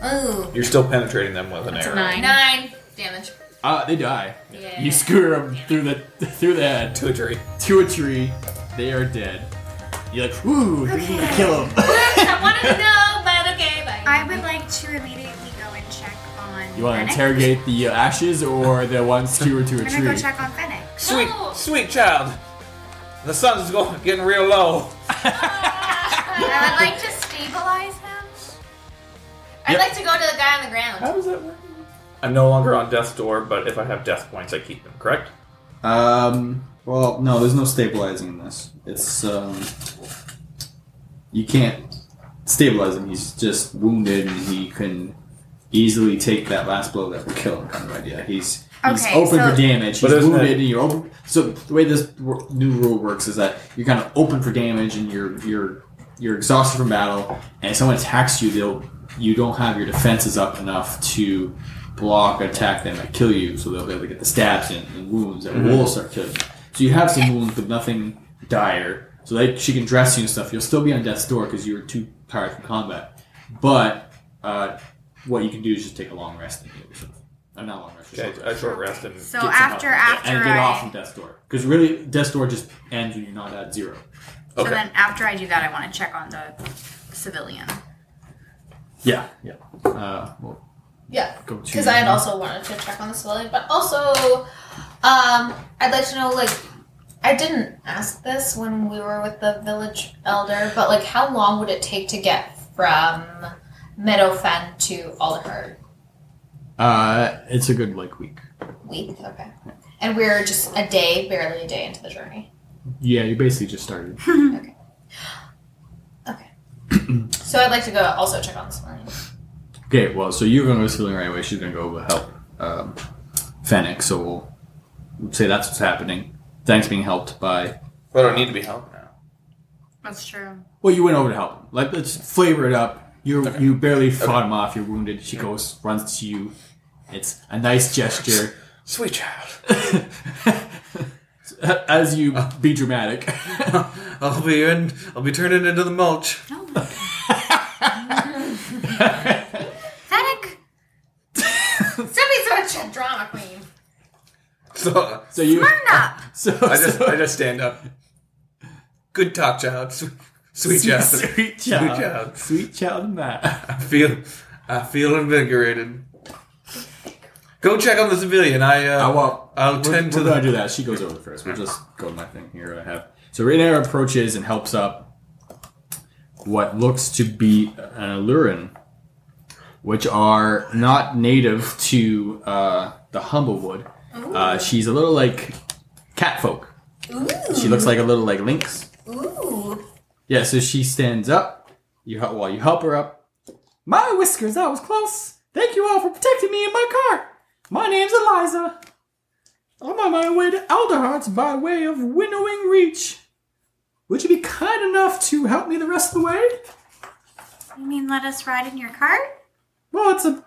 Speaker 4: Ooh,
Speaker 6: You're still penetrating them with an arrow.
Speaker 4: nine damage.
Speaker 2: Ah, they die.
Speaker 4: Yeah.
Speaker 2: You skewer them through the through the head
Speaker 6: To a tree.
Speaker 2: to a tree. They are dead. You're like, ooh, we need to kill him.
Speaker 4: I wanted to know, but okay, bye.
Speaker 5: I would like to immediately go and check on.
Speaker 2: You want to
Speaker 5: Fennec.
Speaker 2: interrogate the uh, ashes or the ones skewered to a
Speaker 5: I'm gonna
Speaker 2: tree?
Speaker 5: go check on Fennec.
Speaker 6: Sweet,
Speaker 4: No.
Speaker 6: sweet child. The sun's going getting real low.
Speaker 4: Uh,
Speaker 5: I would like to stabilize him.
Speaker 4: I'd like to go to the guy on the ground.
Speaker 6: does that work? I'm no longer on death's door, but if I have death points, I keep them. Correct?
Speaker 2: Um. Well, no, there's no stabilizing in this. It's um. You can't stabilize him. He's just wounded, and he can easily take that last blow that will kill him. Kind of idea. He's he's
Speaker 5: Okay,
Speaker 2: open
Speaker 5: so-
Speaker 2: for damage.
Speaker 6: But
Speaker 2: He's
Speaker 6: isn't
Speaker 2: wounded,
Speaker 6: it-
Speaker 2: and you're open. So the way this wor- new rule works is that you're kind of open for damage, and you're you're you're exhausted from battle. And if someone attacks you, they'll you don't have your defenses up enough to block, attack them, and kill you. So they'll be able to get the stabs and, and wounds that will start killing. You. So you have some wounds, but nothing dire. So they, she can dress you and stuff. You'll still be on death's door because you were too tired from combat. But uh, what you can do is just take a long rest and heal yourself. Uh, not long rest.
Speaker 6: Okay,
Speaker 2: just short
Speaker 6: I
Speaker 2: rest.
Speaker 6: short rest and.
Speaker 5: So
Speaker 2: Get some
Speaker 5: Oh, after
Speaker 2: help.
Speaker 5: after
Speaker 2: and get
Speaker 5: I,
Speaker 2: off from death's door because really death's door just ends when you're not at zero.
Speaker 5: so
Speaker 6: Okay.
Speaker 5: then after I do that, I want to check on the civilian.
Speaker 2: Yeah, yeah. Uh, well,
Speaker 4: Yeah.
Speaker 2: go to
Speaker 4: Because I had also wanted to check on the civilian, but also, um, I'd like to know like, I didn't ask this when we were with the village elder, but like, how long would it take to get from
Speaker 8: Meadow Fen to Alderheart
Speaker 2: Uh, it's a good like week.
Speaker 8: week? Okay. And we're just a day, barely a day into the journey.
Speaker 2: Yeah, you basically just started.
Speaker 8: So I'd like to go also check on this morning.
Speaker 2: okay, well, so you're gonna go swimming right away. She's gonna go help um, Fennec. So we'll say that's what's happening. Thanks being helped by.
Speaker 6: But I don't need to be helped now.
Speaker 5: That's true.
Speaker 2: Well, you went over to help him. Like, let's flavor it up. You you barely fought him off. You're wounded. She goes, runs to you. It's a nice gesture.
Speaker 6: Sweet child.
Speaker 2: As you be dramatic.
Speaker 6: I'll be in. I'll be turning into the mulch.
Speaker 5: Oh Fennec!
Speaker 8: Stop being such a drama queen.
Speaker 6: So
Speaker 2: So you.
Speaker 5: Turn up!
Speaker 2: So,
Speaker 6: I just
Speaker 2: so-
Speaker 6: I just stand up. Good talk, child. Sweet, sweet child.
Speaker 2: Sweet
Speaker 6: Sweet
Speaker 2: child.
Speaker 6: child.
Speaker 2: Sweet child, Matt.
Speaker 6: I feel I feel invigorated. Go check on the civilian. I uh,
Speaker 2: I want.
Speaker 6: I'll
Speaker 2: we're,
Speaker 6: tend
Speaker 2: we're
Speaker 6: to
Speaker 2: gonna
Speaker 6: the.
Speaker 2: do that. She goes over first. We'll just go to my thing here. I have so Raynor approaches and helps up what looks to be an Alluran, which are not native to uh, the Humblewood. Uh, she's a little like cat folk. She looks like a little like lynx.
Speaker 8: Ooh.
Speaker 2: Yeah, so she stands up. You help, well, you help her up. My whiskers, that was close. Thank you all for protecting me in my car. My name's Eliza. I'm on my way to Elderhearts by way of Winnowing Reach. Would you be kind enough to help me the rest of the way?
Speaker 5: You mean let us ride in your cart?
Speaker 2: Well, it's a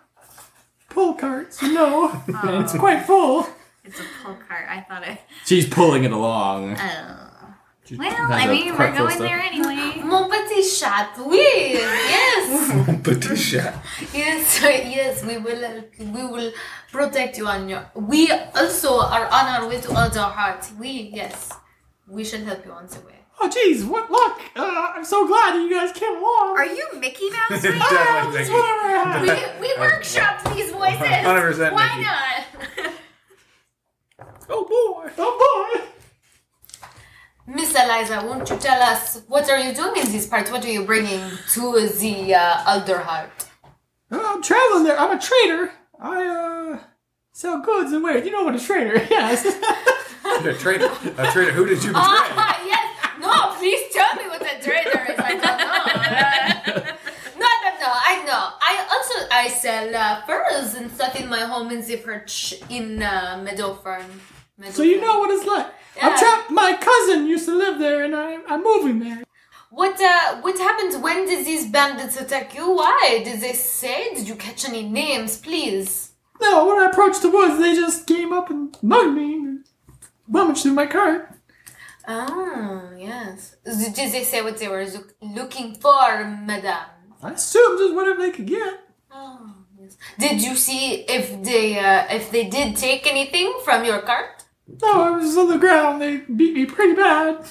Speaker 2: pull cart, so no. and it's quite full.
Speaker 5: It's a pull cart. I thought it.
Speaker 2: She's pulling it along.
Speaker 5: Oh.
Speaker 2: She's
Speaker 5: Well,
Speaker 2: has
Speaker 5: I
Speaker 2: a
Speaker 5: mean, we're
Speaker 2: cart full
Speaker 5: going
Speaker 2: of
Speaker 5: there anyway.
Speaker 8: Mon petit chat, oui, yes,
Speaker 6: Petit chat.
Speaker 8: yes, yes. We will, uh, we will protect you on your. We also are on our way to Elder Heart. We, yes, we shall help you on the way.
Speaker 2: stuff. Oh, jeez, what luck. Uh, I'm so glad that you guys came along.
Speaker 5: Are you Mickey Mouse? right now?
Speaker 6: Definitely
Speaker 2: It's
Speaker 6: Mickey.
Speaker 2: whatever I had.
Speaker 8: We, we workshopped these voices.
Speaker 6: 100%
Speaker 8: Why
Speaker 6: Mickey.
Speaker 8: not,
Speaker 2: Oh boy! Oh boy!
Speaker 8: Miss Eliza? Won't you tell us what are you doing in these parts? What are you bringing to the uh, Elder Heart?
Speaker 2: Uh, I'm traveling there. I'm a trader. I uh sell goods and wares. You know what a trader? Yes.
Speaker 6: A traitor. A traitor. Who did you betray?
Speaker 8: Ah, yes. No, please tell me what the trader is. I don't know. no, no, no. I know. I also I sell uh, furs and stuff in my home in Zipperch in uh, Meadowfern.
Speaker 2: so you know what it's like.
Speaker 8: Yeah.
Speaker 2: I'm trapped. My cousin used to live there, and I, I'm moving there.
Speaker 8: what uh, what happens when did these bandits attack you? Why did they say? Did you catch any names? Please.
Speaker 2: No, when I approached the woods, they just came up and mugged me and rummaged through my cart.
Speaker 8: Oh yes. Did they say what they were look- looking for, Madame?
Speaker 2: I assumed just whatever they could get.
Speaker 8: Oh yes. Did you see if they uh, if they did take anything from your cart?
Speaker 2: No, I was on the ground. They beat me pretty bad.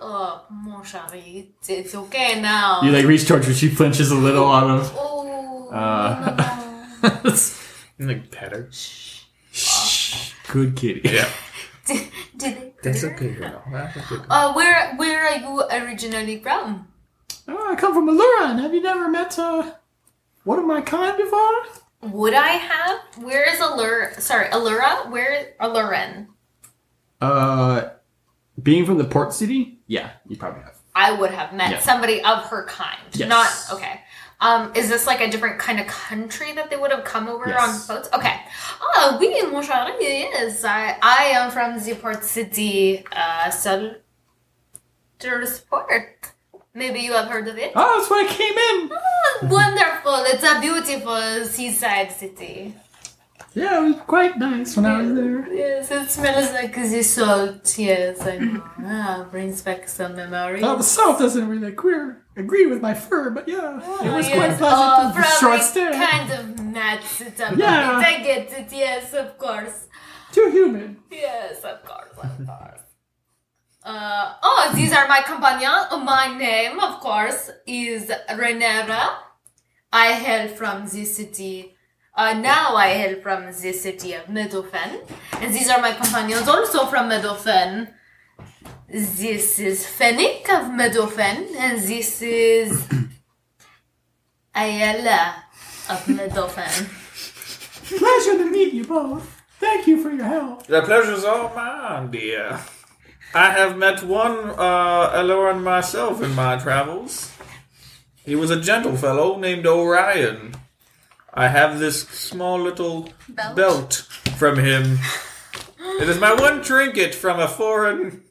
Speaker 8: Oh, mon chéri, it's, it's okay now.
Speaker 9: like reach towards her. She flinches a little out of.
Speaker 8: oh,
Speaker 9: Uh.
Speaker 8: no.
Speaker 6: Like petter.
Speaker 9: Good kitty.
Speaker 6: Yeah.
Speaker 8: did, did they?
Speaker 6: That's okay, girl.
Speaker 2: Ah,
Speaker 6: That's okay, girl.
Speaker 8: Uh, where where are you originally from?
Speaker 2: Oh, I come from Aluran. Have you never met uh, one of my kind before?
Speaker 8: Would I have? Where is Allura? Sorry, Allura. Where Alluran?
Speaker 2: Uh, being from the port city, yeah, you probably have.
Speaker 8: I would have met
Speaker 2: Yeah.
Speaker 8: somebody of her kind.
Speaker 2: Yes.
Speaker 8: Not okay. Um, is this like a different kind of country that they would have come over
Speaker 2: Yes.
Speaker 8: on boats? Okay. Oh, oui, mon chéri, yes. I, I am from the port city, uh, Soldiers Port. Maybe you have heard of it.
Speaker 2: Oh, that's when I came in.
Speaker 8: Oh, wonderful. It's a beautiful seaside city.
Speaker 2: Yeah, it was quite nice when I was there.
Speaker 8: Yes, it smells like the salt. Yes, I know. ah, brings back some memories.
Speaker 2: Oh, the south doesn't really queer agree with my fur, but yeah, it was quite
Speaker 8: Oh, yes. Oh,
Speaker 2: pleasant. for a short
Speaker 8: probably
Speaker 2: stay.
Speaker 8: kind of mad sit up.
Speaker 2: Yeah.
Speaker 8: I get it. Yes, of course.
Speaker 2: Too humid.
Speaker 8: Yes, of course, of course. Uh, oh, these are my compagnons. My name, of course, is Renera. I hail from the city. Uh, now I hail from the city of Meadowfen. And these are my companions also from Meadowfen. This is Fennec of Meadowfen, and this is Ayala of the Dauphin.
Speaker 2: Pleasure to meet you both. Thank you for your help.
Speaker 6: The pleasure's all mine, dear. I have met one uh, Aloran myself in my travels. He was a gentle fellow named Orion. I have this small little belt, from him. It is my one trinket from a foreign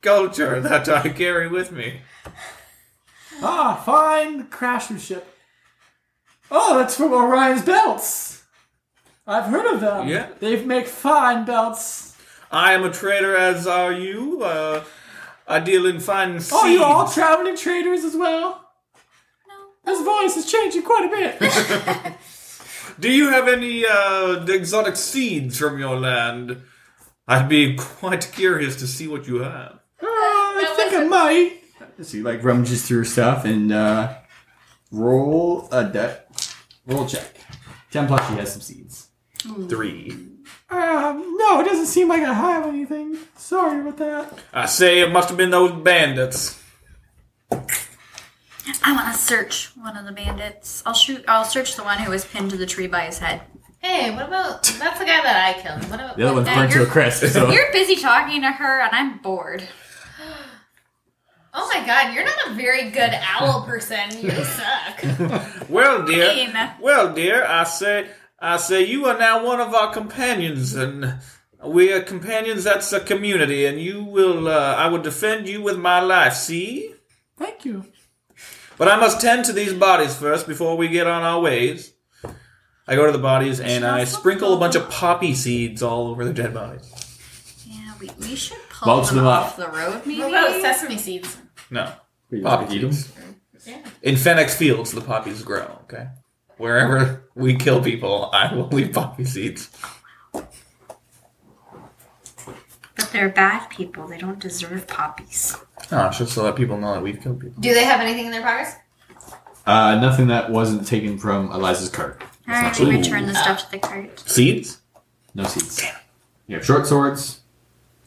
Speaker 6: culture that I carry with me.
Speaker 2: Ah, fine craftsmanship. Oh, that's from Orion's belts. I've heard of them.
Speaker 6: Yeah.
Speaker 2: They make fine belts.
Speaker 6: I am a trader, as are you. Uh, I deal in fine seeds.
Speaker 2: Oh, you all traveling traders as well? No. His voice is changing quite a bit.
Speaker 6: Do you have any uh, exotic seeds from your land? I'd be quite curious to see what you have.
Speaker 2: Uh, I think I might. So he like rummages through stuff and uh, roll a deck. Roll check. Ten plus he has some seeds.
Speaker 6: Three.
Speaker 2: Um, no, it doesn't seem like I have anything. Sorry about that.
Speaker 6: I say it must have been those bandits.
Speaker 5: I want to search one of the bandits. I'll shoot. I'll search the one who was pinned to the tree by his head.
Speaker 8: Hey, what about that's the guy that I killed? What about
Speaker 3: The other one's
Speaker 8: that-
Speaker 5: burnt
Speaker 3: burned to a crisp. So
Speaker 5: You're busy talking to her, and I'm bored.
Speaker 8: Oh my god, you're not a very good owl person. You suck.
Speaker 6: Well, dear.
Speaker 5: Mean.
Speaker 6: Well, dear, I say, I say, you are now one of our companions, and we are companions. That's a community, and you will. Uh, I will defend you with my life. See.
Speaker 2: Thank you.
Speaker 6: But I must tend to these bodies first before we get on our ways. I go to the bodies and I sprinkle a bunch of poppy seeds all over the dead bodies.
Speaker 5: Yeah, we, we should pull
Speaker 3: Mulch
Speaker 5: them
Speaker 3: them up.
Speaker 5: off the road,
Speaker 8: What
Speaker 5: maybe.
Speaker 8: about sesame seeds?
Speaker 6: No,
Speaker 2: Wait,
Speaker 6: poppy
Speaker 2: you eat 'em?
Speaker 6: seeds.
Speaker 8: Yeah.
Speaker 6: In Fennex Fields, the poppies grow. Okay, wherever we kill people, I will leave poppy seeds.
Speaker 5: But they're bad people. They don't deserve poppies.
Speaker 6: Oh, it's just to let people know that we've killed people.
Speaker 8: Do they have anything in their pockets?
Speaker 2: Uh, nothing that wasn't taken from Eliza's cart.
Speaker 5: All right,
Speaker 6: Ooh.
Speaker 5: return the stuff to the cart.
Speaker 6: Seeds?
Speaker 2: No seeds. They have short swords,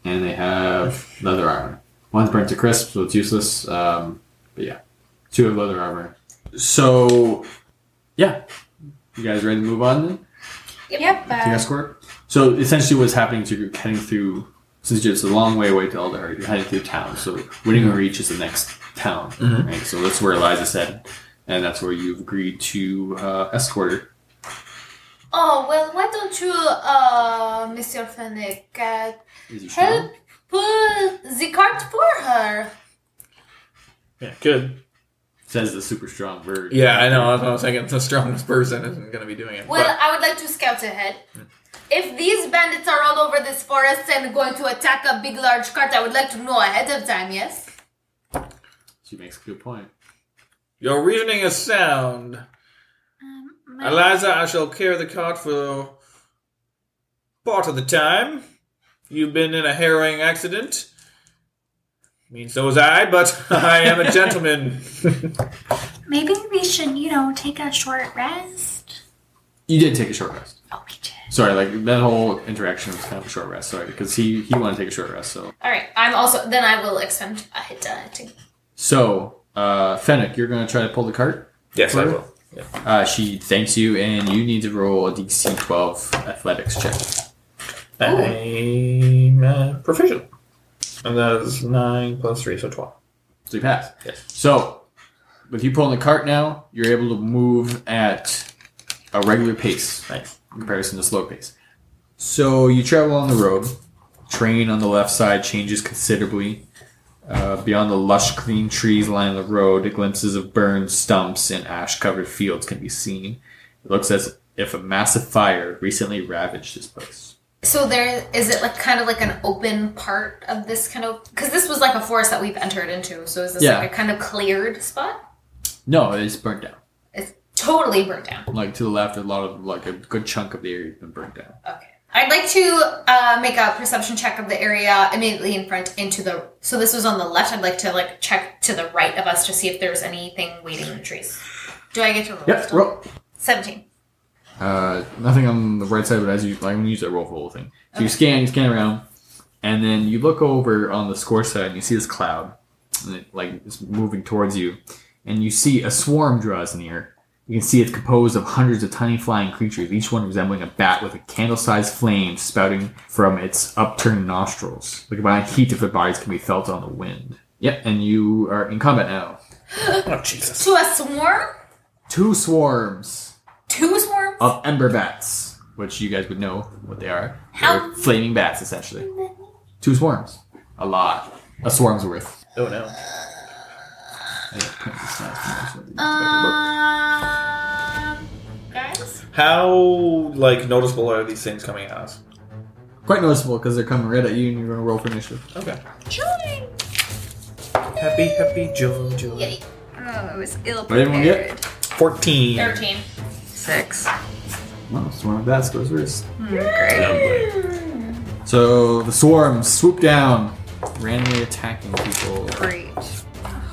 Speaker 2: and they have leather armor. One's burnt to crisp, so it's useless. Um, but yeah, two have leather armor. So, yeah, you guys ready to move on then?
Speaker 5: Yep.
Speaker 2: To your escort. So essentially, what's happening is you're heading through. Since it's a long way away to Eldar, you're heading through town. So Winningham Reach is the next town, right? So that's where Eliza said, and that's where you've agreed to uh, escort her.
Speaker 8: Oh well, why don't you, uh, Monsieur Fennec, uh,
Speaker 2: Is he
Speaker 8: help pull the cart for her?
Speaker 6: Yeah, good.
Speaker 2: Says the super strong bird.
Speaker 6: Yeah, I know. That's what I was thinking. The strongest person isn't going to be doing it.
Speaker 8: Well,
Speaker 6: but-
Speaker 8: I would like to scout ahead. If these bandits are all over this forest and going to attack a big, large cart, I would like to know ahead of time. Yes.
Speaker 2: She makes a good point.
Speaker 6: your reasoning is sound.
Speaker 5: Um, my-
Speaker 6: Eliza, I shall carry the cart for part of the time. You've been in a harrowing accident. I mean, so was I, but I am a gentleman.
Speaker 5: maybe we should, you know, take a short rest.
Speaker 2: You did take a short rest.
Speaker 5: Oh, we did.
Speaker 2: Sorry, like that whole interaction was kind of a short rest. Sorry, because he he wanted to take a short rest. So
Speaker 8: All right. I'm also. Then I will expend a hit uh, to
Speaker 2: so uh, Fennec, you're gonna try to pull the cart.
Speaker 6: yes,
Speaker 2: I will. Uh, she thanks you, and you need to roll a DC 12 athletics check.
Speaker 6: I'm uh, proficient. And that is 9 plus 3, so 12.
Speaker 2: So you pass.
Speaker 6: Yes.
Speaker 2: So with you pulling the cart now, you're able to move at a regular pace.
Speaker 6: Nice.
Speaker 2: in comparison to slow pace. So you travel on the road. Terrain on the left side changes considerably. Uh, beyond the lush, clean trees lining the road, glimpses of burned stumps and ash-covered fields can be seen. It looks as if a massive fire recently ravaged this place.
Speaker 8: So there is it like kind of like an open part of this kind of because this was like a forest that we've entered into. So is this
Speaker 2: Yeah.
Speaker 8: like a kind of cleared spot?
Speaker 2: No, it's burnt down.
Speaker 8: It's totally burnt down.
Speaker 2: Like to the left, a lot of like a good chunk of the area has been burnt down.
Speaker 8: Okay. I'd like to uh, make a perception check of the area immediately in front into the. So this was on the left. I'd like to like check to the right of us to see if there's anything waiting in the trees. Do I get to roll?
Speaker 2: Yep,
Speaker 8: still?
Speaker 2: roll.
Speaker 8: Seventeen.
Speaker 2: Uh, nothing on the right side, but as you, I'm gonna use that roll for the whole thing. So you scan, you scan around, and then you look over on the score side and you see this cloud, and it, like it's moving towards you, and you see a swarm draws near, You can see it's composed of hundreds of tiny flying creatures, each one resembling a bat with a candle sized flame spouting from its upturned nostrils. The combined heat of their bodies can be felt on the wind. Yep, and you are in combat now.
Speaker 6: Oh Jesus!
Speaker 8: To a swarm?
Speaker 2: Two swarms
Speaker 8: Two swarms?
Speaker 2: of ember bats, which you guys would know what they are.
Speaker 8: How-
Speaker 2: They're flaming bats, essentially. Two swarms. A lot. A swarm's worth.
Speaker 6: Oh no!
Speaker 8: Um, guys?
Speaker 6: How like noticeable are these things coming at us?
Speaker 2: Quite noticeable because they're coming right at you and you're going to roll for initiative.
Speaker 6: Okay.
Speaker 8: Children!
Speaker 6: Happy, happy, joy, joy.
Speaker 8: Yay.
Speaker 5: Oh, it was ill
Speaker 2: did everyone get?
Speaker 5: prepared.
Speaker 6: Fourteen.
Speaker 8: 13.
Speaker 5: Six.
Speaker 2: Well, Oh, swarm of bats goes first.
Speaker 5: Great.
Speaker 2: So the swarms swoop down, randomly attacking people.
Speaker 5: Great.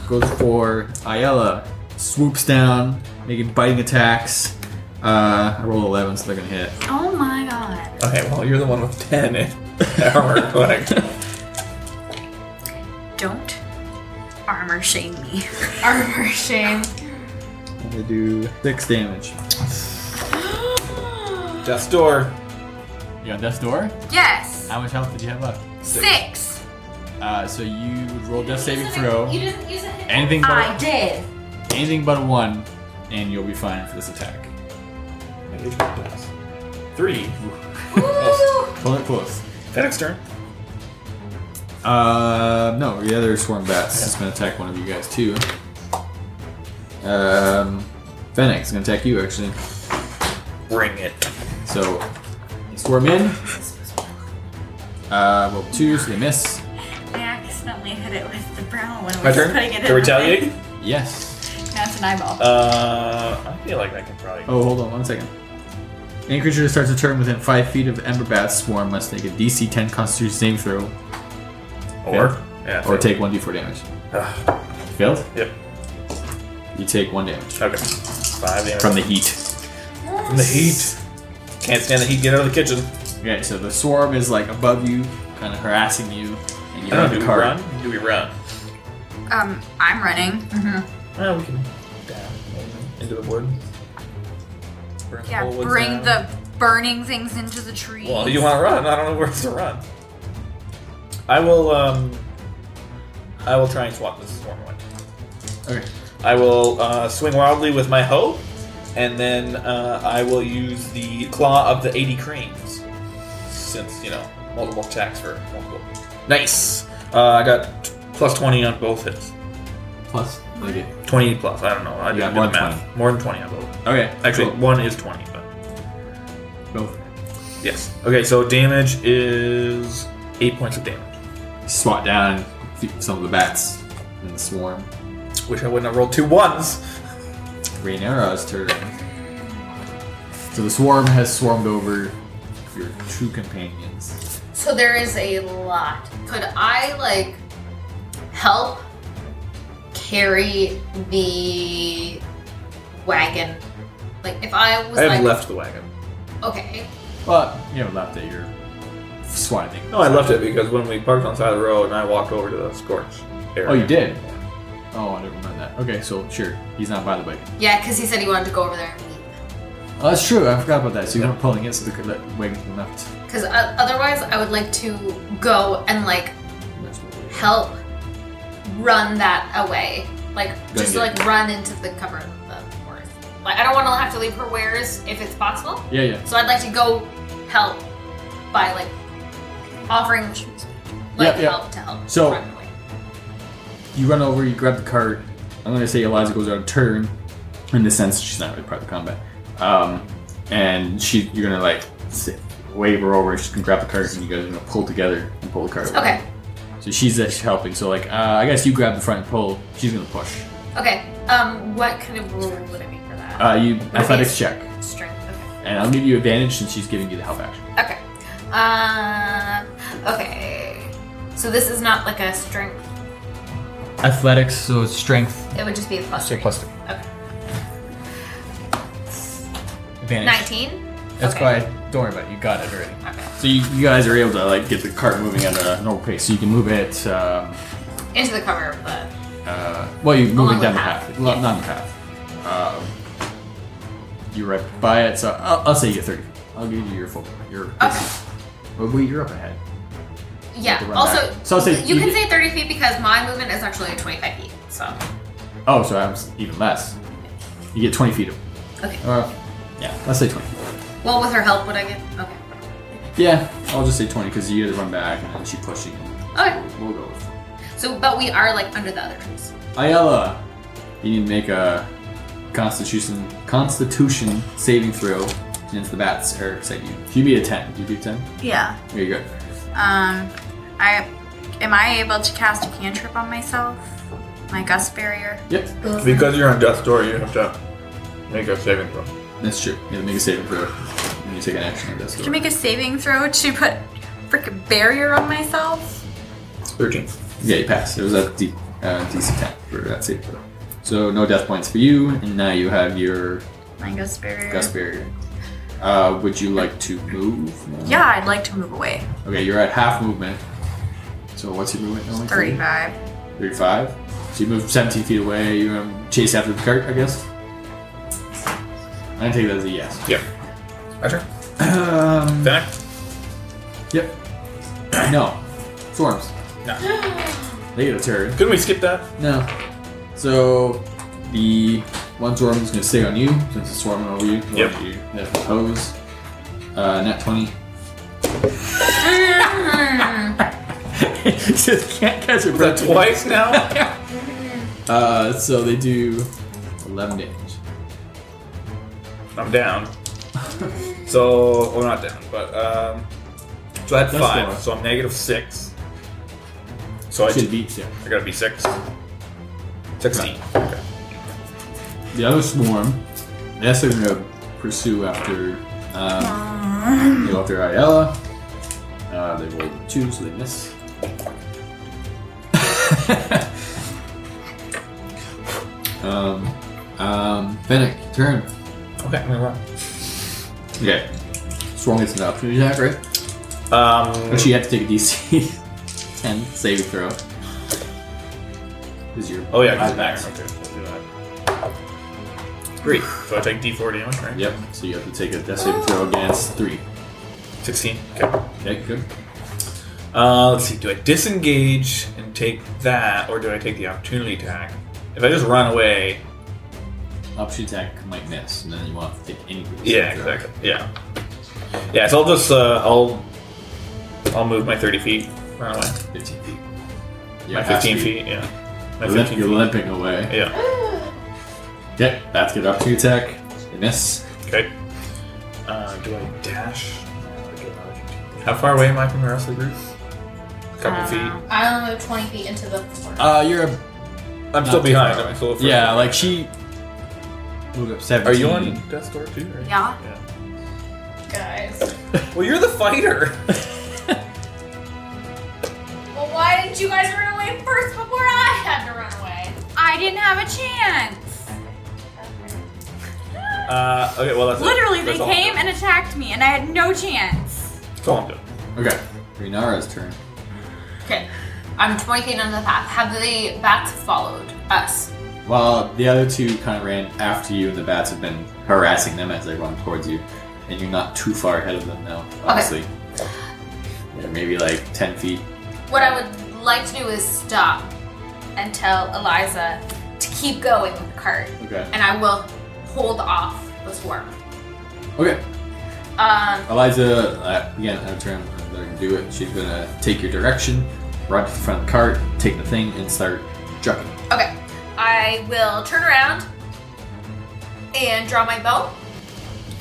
Speaker 2: Goes for Ayala. Swoops down, making biting attacks. Uh, I rolled 11, so they're going to hit.
Speaker 5: Oh my god.
Speaker 6: Okay, well you're the one with ten in armor. Like,
Speaker 5: Don't armor shame me.
Speaker 8: Armor shame.
Speaker 2: They do 6 damage.
Speaker 6: death door.
Speaker 10: You on death's door?
Speaker 5: Yes.
Speaker 10: How much health did you have left?
Speaker 5: Six.
Speaker 10: Uh, so you would roll death saving throw.
Speaker 8: You didn't use a hit.
Speaker 10: Anything
Speaker 5: I
Speaker 10: but
Speaker 5: did.
Speaker 10: anything but a one, and you'll be fine for this attack.
Speaker 6: Three.
Speaker 10: Pull it close.
Speaker 6: FedEx turn.
Speaker 2: Uh, no, the other swarm bats is going to attack one of you guys too. Um, Fennec is going to attack you actually.
Speaker 6: Bring it.
Speaker 2: So they swarm in. Uh, well, two, so they miss.
Speaker 5: I accidentally hit it with the brown one.
Speaker 6: My turn.
Speaker 5: Putting it
Speaker 6: To
Speaker 5: in
Speaker 6: retaliate.
Speaker 2: Yes.
Speaker 5: Now it's an eyeball.
Speaker 6: Uh, I feel like I can probably.
Speaker 2: Oh, hold on one second. Any creature that starts a turn within five feet of Ember Bat's swarm must make a DC 10 Constitution saving throw
Speaker 6: Or yeah.
Speaker 2: or take 1d4 damage.
Speaker 6: Ugh.
Speaker 2: Failed?
Speaker 6: Yep.
Speaker 2: You take 1 damage
Speaker 6: Okay. Five damage.
Speaker 2: from the heat.
Speaker 6: From the heat. Can't stand the heat. Get out of the kitchen.
Speaker 2: Okay, so the swarm is like above you, kind of harassing you, and you
Speaker 6: I don't
Speaker 2: have
Speaker 6: know,
Speaker 2: the
Speaker 6: do
Speaker 2: card.
Speaker 6: we run? Do we run?
Speaker 5: Um, I'm running.
Speaker 6: Well, we can down into the wood. Burn
Speaker 5: Yeah,
Speaker 6: whole woods
Speaker 5: bring
Speaker 6: down.
Speaker 5: the burning things into the trees.
Speaker 6: Well, you want to run? I don't know where to run. I will. um... I will try and swat this swarm away.
Speaker 2: Okay.
Speaker 6: I will uh, swing wildly with my hoe, and then uh, I will use the claw of the 80 cranes. Since, you know, multiple attacks for multiple. Nice! Uh, I got t- plus 20 on both hits.
Speaker 2: Plus, okay.
Speaker 6: 20 plus, I don't know. I
Speaker 2: Yeah,
Speaker 6: didn't do
Speaker 2: more
Speaker 6: the
Speaker 2: than
Speaker 6: math. More than 20 on both.
Speaker 2: Okay,
Speaker 6: Actually,
Speaker 2: cool.
Speaker 6: one is 20, but.
Speaker 2: both
Speaker 6: Yes. Okay, so damage is 8 points of damage,
Speaker 2: swat down some of the bats in the swarm.
Speaker 6: which I wouldn't have rolled two ones.
Speaker 2: Rhaenyra's turn. So the swarm has swarmed over your two companions.
Speaker 8: So there is a lot. Could I like help carry the wagon? Like if I was
Speaker 6: I have
Speaker 8: like
Speaker 6: left the wagon.
Speaker 8: okay,
Speaker 2: But you haven't left it. You're swatting.
Speaker 6: No, I left it because when we parked on the side of the road and I walked over to the scorch area.
Speaker 2: Oh, you did. Oh, I didn't remember that. Okay, so sure, he's not by the wagon.
Speaker 8: yeah, because he said he wanted to go over there and meet.
Speaker 2: Oh, that's true. I forgot about that. So you
Speaker 6: Yeah.
Speaker 2: weren't pulling it, so the the wagon left.
Speaker 8: Because uh, otherwise, I would like to go and like help run that away, like just
Speaker 2: get
Speaker 8: like run into the cover of the forest. Like I don't want to have to leave her wares if it's possible.
Speaker 2: Yeah, yeah.
Speaker 8: So I'd like to go help by like offering like
Speaker 2: Yeah, yeah.
Speaker 8: help to help.
Speaker 2: So-
Speaker 8: run away.
Speaker 2: You run over, you grab the cart. I'm gonna say Eliza goes out of turn. In this sense, she's not really part of the combat. Um, and she, you're gonna like sit, wave her over. She's gonna grab the cart, and you guys are gonna pull together and pull the cart. away.
Speaker 8: okay,
Speaker 2: So she's uh, helping. So like, uh, I guess you grab the front and pull. She's gonna push.
Speaker 8: okay. Um, what kind of rule would it be for that?
Speaker 2: Uh, you athletics check,
Speaker 8: Strength. Okay.
Speaker 2: and I'll give you advantage since she's giving you the help action.
Speaker 8: Okay. Um. Okay. So this is not like a strength.
Speaker 11: Athletics, so it's strength.
Speaker 8: It would just be a plus.
Speaker 11: So
Speaker 8: three.
Speaker 11: plus two.
Speaker 8: Okay.
Speaker 11: Advantage.
Speaker 8: Nineteen.
Speaker 11: That's
Speaker 8: okay.
Speaker 11: why. Don't worry about it. You got it already.
Speaker 2: So you, you guys are able to like get the cart moving at a normal pace. So you can move it. Um,
Speaker 8: Into the cover of the.
Speaker 2: Uh, well, you're moving
Speaker 8: Along
Speaker 2: down
Speaker 8: the
Speaker 2: the
Speaker 8: path.
Speaker 2: path. Well, Not the path. Um,
Speaker 3: You're right by it, so I'll, I'll say you're 30. I'll give you your full. Your.
Speaker 4: Okay.
Speaker 3: Oh, wait, you're up ahead.
Speaker 4: Yeah.
Speaker 3: to run
Speaker 4: Also,
Speaker 3: back. So I'll say
Speaker 4: you can
Speaker 3: you-
Speaker 4: say 30 feet because my movement is actually 25 feet. So
Speaker 3: Oh, so I'm s- even less. You get 20 feet of.
Speaker 4: okay.
Speaker 3: Uh, yeah, let's say 20.
Speaker 4: Well, with her help, would I get? Okay.
Speaker 3: Yeah, I'll just say 20 because you guys run back and then she pushed you.
Speaker 4: Okay.
Speaker 3: We'll go with
Speaker 4: So, but we are like under the other trees.
Speaker 3: Ayala. You need to make a Constitution Constitution saving throw against the bats or second you. You beat a 10. You beat 10.
Speaker 5: Yeah.
Speaker 3: There you go.
Speaker 5: Um, I am I able to cast a cantrip on myself? My gust barrier.
Speaker 3: Yep,
Speaker 1: Because you're on death's door, you have to make a saving throw.
Speaker 3: that's true. You have to make a saving throw. And you take an action on this.
Speaker 5: To make a saving throw to put freaking barrier on myself.
Speaker 1: 13.
Speaker 3: Yeah, you pass. It was a D, uh, DC 10 for that save throw. So no death points for you, and now you have your
Speaker 5: My gust barrier.
Speaker 3: gust barrier. Uh, would you like to move? now?
Speaker 5: Yeah, I'd like to move away.
Speaker 3: Okay, you're at half movement. So what's your movement? Only
Speaker 5: 35.
Speaker 3: 35. So you move 17 feet away. You um, chase after the cart, I guess. I'm gonna take that as a yes.
Speaker 1: Yep. My turn.
Speaker 3: Um,
Speaker 1: Then I-
Speaker 3: yep. no. Swarms.
Speaker 1: No.
Speaker 3: They get a turn.
Speaker 6: Couldn't we skip that?
Speaker 3: No. So the one swarm is gonna stay on you since it's swarming over you.
Speaker 1: Yep.
Speaker 3: You have to pose. Uh, nat 20. Just can't catch a
Speaker 6: That twice now?
Speaker 3: Uh, so they do 11 damage.
Speaker 1: I'm down. so, well, not down, but um, so I had
Speaker 3: That's
Speaker 1: five,
Speaker 3: fine.
Speaker 1: so I'm negative six. So I,
Speaker 3: Should beat you.
Speaker 1: I gotta be six. Sixteen. Okay.
Speaker 3: The other swarm, that's going to pursue after. Um, they go after Ayala. Uh, they roll two, so they miss. um, um, Fennec, turn.
Speaker 6: Okay, I'm gonna run.
Speaker 3: Okay. Swarm gets an opportunity attack, right?
Speaker 6: Um,
Speaker 3: Actually, you have Oh, to take a DC 10 saving throw. Is your
Speaker 6: oh yeah,
Speaker 3: eyes
Speaker 6: he's back. Okay, so do that. Three. So I take D4 damage, right?
Speaker 3: Yep. So you have to take a death saving throw against three.
Speaker 6: 16. Okay.
Speaker 3: Okay, good.
Speaker 6: Uh, let's see. Do I disengage and take that, or do I take the opportunity attack? If I just run away,
Speaker 3: Opportunity attack might miss, and then you want to take any. group
Speaker 6: yeah,
Speaker 3: saving throw.
Speaker 6: exactly. Yeah, yeah. So I'll just uh, I'll I'll move my 30 feet, run away.
Speaker 3: Fifteen feet.
Speaker 6: my
Speaker 3: Yeah,
Speaker 6: 15 feet, yeah. My
Speaker 3: You're, limp-
Speaker 6: 15
Speaker 3: you're
Speaker 6: feet.
Speaker 3: limping away.
Speaker 6: Yeah.
Speaker 3: Yep. That's good. Opportunity attack. They miss.
Speaker 6: Okay. Uh, do I dash? How far away am I from the rest of the group? A couple
Speaker 5: Uh,
Speaker 6: feet.
Speaker 4: I only move 20 feet into the floor.
Speaker 3: Uh, you're. A,
Speaker 6: I'm still
Speaker 3: too
Speaker 6: behind.
Speaker 3: far
Speaker 6: I'm still further.
Speaker 3: yeah, like she. Moved up
Speaker 6: Are
Speaker 3: seventeen.
Speaker 6: you on death's door too? Right?
Speaker 5: Yeah.
Speaker 4: Guys.
Speaker 6: Well, you're the fighter.
Speaker 4: Well, why did you guys run away first before I had to run away?
Speaker 5: I didn't have a chance.
Speaker 6: Uh, okay, well that's it.
Speaker 5: Literally, they
Speaker 6: That's all I'm
Speaker 5: came
Speaker 6: doing.
Speaker 5: and attacked me, and I had no chance.
Speaker 6: That's all I'm doing.
Speaker 3: Okay. Renara's turn.
Speaker 4: Okay. I'm 20 feet under the path. Have the bats followed us?
Speaker 3: Well, the other two kind of ran after you, and the bats have been harassing them as they run towards you, and you're not too far ahead of them now, honestly. Yeah, maybe like 10 feet.
Speaker 4: What I would like to do is stop and tell Eliza to keep going with the cart,
Speaker 3: Okay.
Speaker 4: and I will hold off the swarm.
Speaker 3: Okay.
Speaker 4: Um,
Speaker 3: Eliza, uh, again, out of turn, I'm going to do it. She's going to take your direction, run to the front of the cart, take the thing, and start chucking.
Speaker 4: okay. I will turn around and draw my bow,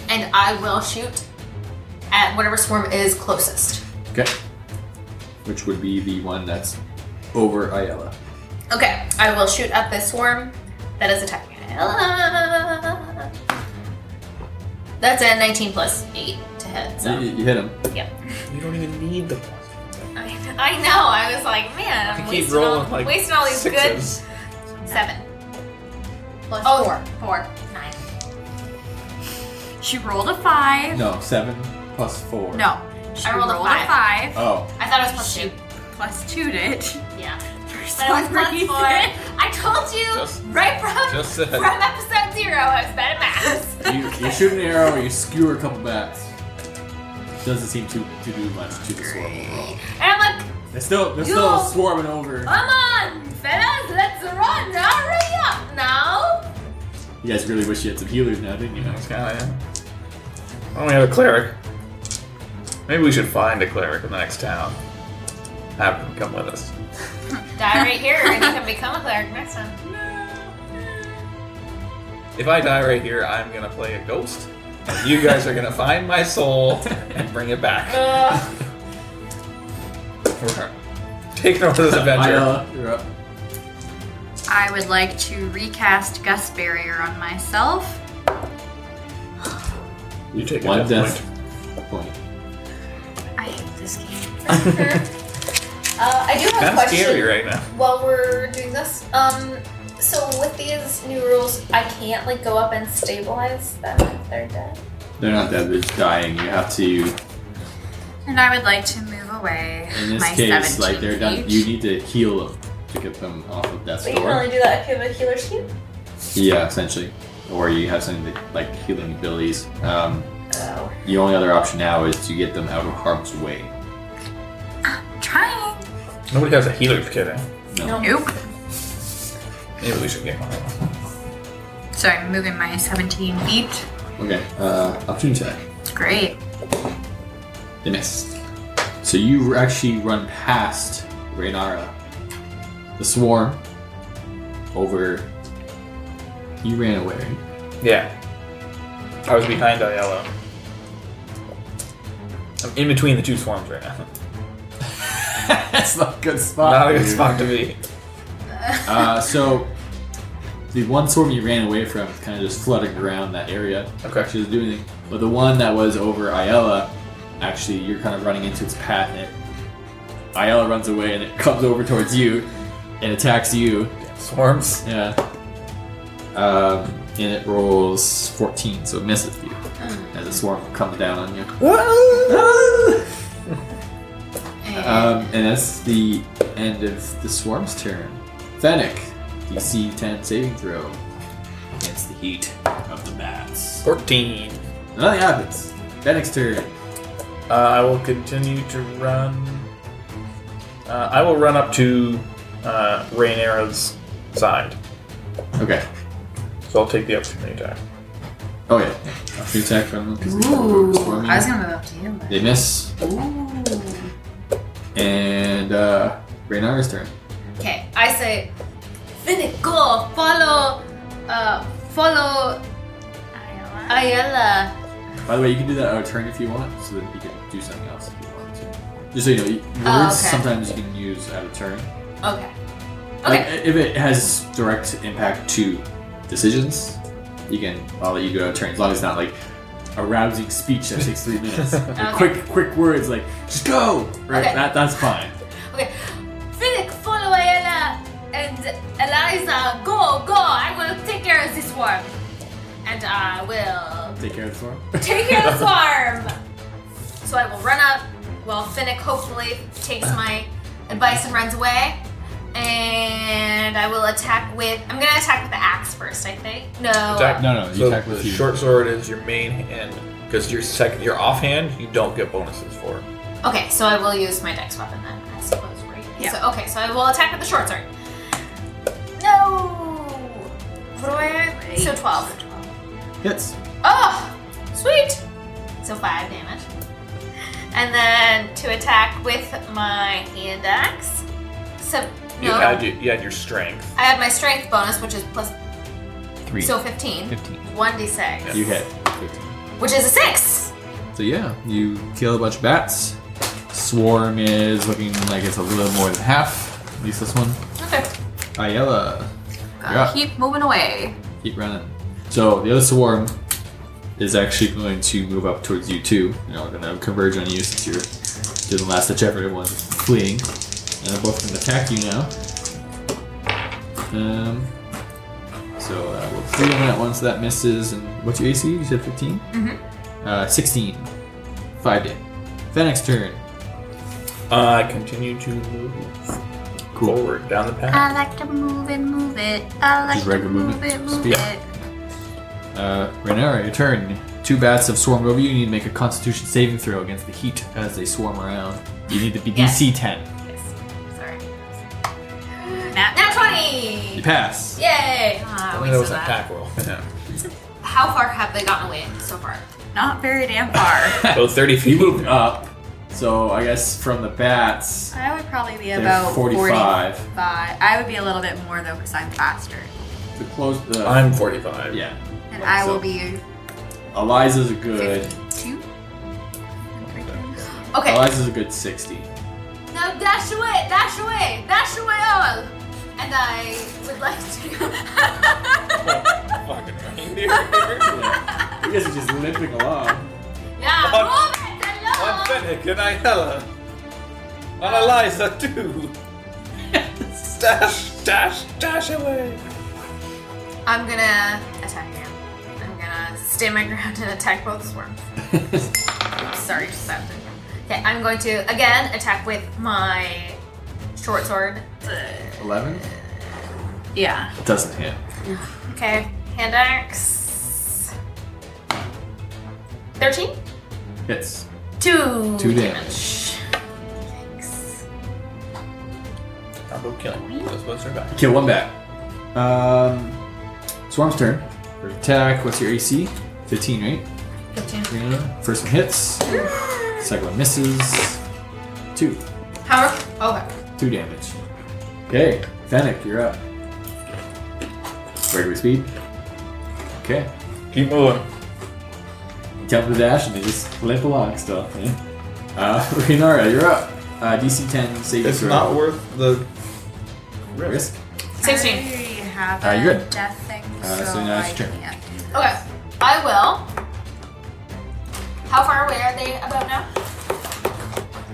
Speaker 4: and I will shoot at whatever swarm is closest.
Speaker 3: Okay. Which would be the one that's over Ayala.
Speaker 4: Okay, I will shoot at this swarm that is attacking. Ayala. That's a 19 plus 8 to hit.
Speaker 3: You,
Speaker 4: So.
Speaker 3: you hit him.
Speaker 6: You don't even need the
Speaker 4: I I know, I was like, man, I'm wasting, all, wasting all these
Speaker 6: sixes.
Speaker 4: good. Seven.
Speaker 5: Plus
Speaker 4: Oh, four. Nine.
Speaker 5: She rolled a five.
Speaker 3: No, seven plus four.
Speaker 5: No. She
Speaker 4: I rolled a
Speaker 5: a five.
Speaker 3: Oh,
Speaker 4: I thought it was plus
Speaker 5: She
Speaker 4: two.
Speaker 5: plus two'd it.
Speaker 4: Yeah.
Speaker 5: someone
Speaker 8: That's plus
Speaker 5: breathe
Speaker 8: four.
Speaker 5: in.
Speaker 8: I told you
Speaker 6: Just-
Speaker 8: right from
Speaker 6: Just said.
Speaker 8: from episode zero, I was bad at math.
Speaker 2: You, you shoot an arrow, you skewer a couple bats. Doesn't seem to, to do much to the swarm overall.
Speaker 8: And I'm like,
Speaker 2: They're still, they're
Speaker 8: You-
Speaker 2: still swarming over.
Speaker 8: come on, fellas, let's run, hurry up now.
Speaker 2: You guys really wish you had some healers now, didn't you?
Speaker 6: That's kinda, yeah. Well, we have a cleric. Maybe we should find a cleric in the next town. Have him come with us.
Speaker 8: Die right here, and you can become a cleric next time.
Speaker 6: If I die right here, I'm gonna play a ghost. And you guys are gonna find my soul and bring it
Speaker 4: Uh.
Speaker 6: back.
Speaker 8: Ugh.
Speaker 6: We're gonna Take over this adventure.
Speaker 3: uh,
Speaker 2: Ayla, you're up.
Speaker 5: I would like to recast Gust Barrier on myself.
Speaker 6: you take
Speaker 2: One
Speaker 6: a
Speaker 2: death
Speaker 6: point.
Speaker 2: point.
Speaker 5: I hate this game.
Speaker 8: Uh, I do have a
Speaker 6: Kind of
Speaker 8: question.
Speaker 6: scary right now.
Speaker 8: While we're doing this, um, so with these new rules, I can't like go up and stabilize them if they're dead.
Speaker 2: They're not dead, they're just dying. You have to,
Speaker 5: And I would like to move away.
Speaker 2: in this
Speaker 5: my
Speaker 2: case,
Speaker 5: 17
Speaker 2: like they're done.
Speaker 5: feet.
Speaker 2: You need to heal them to get them off of death's
Speaker 8: But you can
Speaker 2: door.
Speaker 8: only do that if you have a healer sheet.
Speaker 2: Yeah, essentially. Or you have something that, like healing abilities. Um,
Speaker 8: Oh.
Speaker 2: the only other option now is to get them out of harm's way.
Speaker 5: Trying.
Speaker 6: Nobody has a healer's kit, eh?
Speaker 2: No.
Speaker 5: Nope.
Speaker 6: Maybe we should get one.
Speaker 5: So I'm moving my 17 feet.
Speaker 2: Okay. Uh, opportunity attack.
Speaker 5: It's great.
Speaker 2: They missed. So you actually run past Raynara, the swarm, over. You ran away.
Speaker 6: Yeah. I was behind Aiello. I'm in between the two swarms right now.
Speaker 2: That's not a good spot.
Speaker 6: Not a good spot to be.
Speaker 2: Uh, so the one swarm you ran away from kind of just flooding around that area.
Speaker 6: Okay.
Speaker 2: She doesn't do anything. But the one that was over Ayala, actually, you're kind of running into its path, and it, Ayala runs away, and it comes over towards you, and attacks you.
Speaker 6: Swarms.
Speaker 2: Yeah. Um, and it rolls 14, so it misses you. As a swarm comes down on you. um, and that's the end of the swarm's turn. Fennec, DC 10 saving throw. Against the heat of the bats.
Speaker 6: 14.
Speaker 2: Nothing happens. Fennec's turn.
Speaker 6: Uh, I will continue to run. Uh, I will run up to uh, Rain Arrow's side.
Speaker 2: Okay.
Speaker 6: So I'll take the opportunity attack.
Speaker 2: Oh, yeah. Free attack from them. 'cause they covered over
Speaker 5: Ooh.
Speaker 2: the swarm.
Speaker 5: I was gonna move up to you.
Speaker 2: They miss. And, uh, Raynara's turn.
Speaker 8: Okay, I say, Finnick, go follow, uh, follow
Speaker 5: But
Speaker 8: Ayala.
Speaker 2: By the way, you can do that out of turn if you want, so that you can do something else if you want to. Just so you know, you- words
Speaker 8: Oh, okay.
Speaker 2: sometimes you can use out of turn.
Speaker 8: Okay.
Speaker 2: Like,
Speaker 8: Okay.
Speaker 2: if it has direct impact to decisions, you can. I'll let you go out of turn as long as it's not like a rousing speech that takes three minutes. Like,
Speaker 8: Okay.
Speaker 2: Quick, quick words like just go. Right,
Speaker 8: Okay.
Speaker 2: that that's fine.
Speaker 8: Okay. Finnick, follow Ayala and Eliza. Go, go. I will take care of this worm. And I will
Speaker 2: Take care of the storm.
Speaker 8: Take care of the farm! So I will run up while Finnick hopefully takes my advice and runs away. And I will attack with. I'm gonna attack with the axe first, I think. Oh. No.
Speaker 6: Attack.
Speaker 2: No, no, you
Speaker 6: so
Speaker 2: attack with
Speaker 6: the
Speaker 2: you.
Speaker 6: short sword is your main hand because your second, your offhand, you don't get bonuses for. it.
Speaker 8: Okay, so I will use my dex weapon then, I suppose, right?
Speaker 5: Yeah.
Speaker 8: So, okay, so I will attack with the short sword. No! What do I have? So 12.
Speaker 2: Hits.
Speaker 8: Oh, sweet. So five damage. And then to attack with my hand axe. So
Speaker 6: You,
Speaker 8: no,
Speaker 6: add, your, you add your strength.
Speaker 8: I have my strength bonus, which is plus
Speaker 12: Three.
Speaker 8: so 15.
Speaker 12: 15.
Speaker 8: One d six.
Speaker 2: You hit. 15.
Speaker 8: Which is a six.
Speaker 2: So yeah, you kill a bunch of bats. Swarm is looking like it's a little more than half. At least this one.
Speaker 8: Okay.
Speaker 2: Ayala. You're up.
Speaker 5: keep moving away.
Speaker 2: Keep running. So the other swarm is actually going to move up towards you too. You know, going to converge on you since you're doing the last ditch effort. Everyone's fleeing, and they're both going to attack you now. Um. So uh, we'll three on that one, so that misses. And what's your AC? You said 15. Mm-hmm. Uh, 16. Five day. Fennec's turn.
Speaker 6: Uh, I continue to move.
Speaker 2: Cool.
Speaker 6: forward down the path.
Speaker 5: I like to move it, move it. I like
Speaker 2: Just
Speaker 5: to
Speaker 2: regular
Speaker 5: move
Speaker 2: movement.
Speaker 5: it, move
Speaker 2: Speed.
Speaker 5: it.
Speaker 2: Uh, Renera, your turn. Two bats have swarmed over you. You need to make a Constitution saving throw against the heat as they swarm around. You need to be
Speaker 8: Yes.
Speaker 2: DC 10.
Speaker 5: Sorry.
Speaker 8: Now
Speaker 2: You
Speaker 8: 20!
Speaker 2: pass.
Speaker 8: Yay!
Speaker 5: Ah,
Speaker 6: That
Speaker 5: wasted
Speaker 6: was a
Speaker 5: that.
Speaker 6: pack roll.
Speaker 8: How far have they gotten away so far?
Speaker 5: Not very damn far.
Speaker 6: So 30
Speaker 2: You
Speaker 6: feet.
Speaker 2: moved up, so I guess from the bats,
Speaker 5: I would probably be
Speaker 2: They're
Speaker 5: about
Speaker 2: 45.
Speaker 5: 45. I would be a little bit more though because I'm faster.
Speaker 2: the close. The,
Speaker 6: I'm 45.
Speaker 2: yeah.
Speaker 5: And
Speaker 2: Like
Speaker 5: I
Speaker 2: so.
Speaker 5: will be
Speaker 2: Eliza's a good.
Speaker 5: 52.
Speaker 8: Okay.
Speaker 2: Eliza's a good 60.
Speaker 8: Now dash away, dash away, dash away all! And I would like to.
Speaker 6: Fucking reindeer.
Speaker 2: You guys are just limping along.
Speaker 8: yeah,
Speaker 6: One-
Speaker 8: move it
Speaker 6: One
Speaker 8: along!
Speaker 6: minute, and I hella. And Eliza too. dash, dash, dash away.
Speaker 8: I'm gonna attack him. I'm gonna stand my ground and attack both swarms. Sorry, just that. Okay, I'm going to again attack with my short sword.
Speaker 2: 11?
Speaker 5: Yeah.
Speaker 2: Doesn't hit.
Speaker 8: Okay, hand axe. 13?
Speaker 2: Hits.
Speaker 8: Two.
Speaker 2: Two
Speaker 8: damage. Thanks.
Speaker 6: Combo killing. Those both are back.
Speaker 2: Kill one bat. Um, Swarm's turn. For attack, what's your AC? 15, right?
Speaker 8: 15.
Speaker 2: Brianna. First one hits. Second one misses. Two.
Speaker 8: How are. Okay.
Speaker 2: Two damage. Okay, Fennec, you're up. Regular speed. Okay.
Speaker 6: Keep moving.
Speaker 2: Jump the dash and they just limp along still. eh? Uh, Renara, you're up. Uh, DC 10 saving
Speaker 6: It's
Speaker 2: throw.
Speaker 6: not worth the.
Speaker 2: risk.
Speaker 8: 16.
Speaker 5: I already have
Speaker 2: Ah, you're
Speaker 5: a
Speaker 2: good.
Speaker 5: death thing,
Speaker 2: Uh,
Speaker 5: so,
Speaker 2: so now it's
Speaker 5: I
Speaker 2: your turn.
Speaker 5: can't do this.
Speaker 8: Okay, I will. How far away are they about now?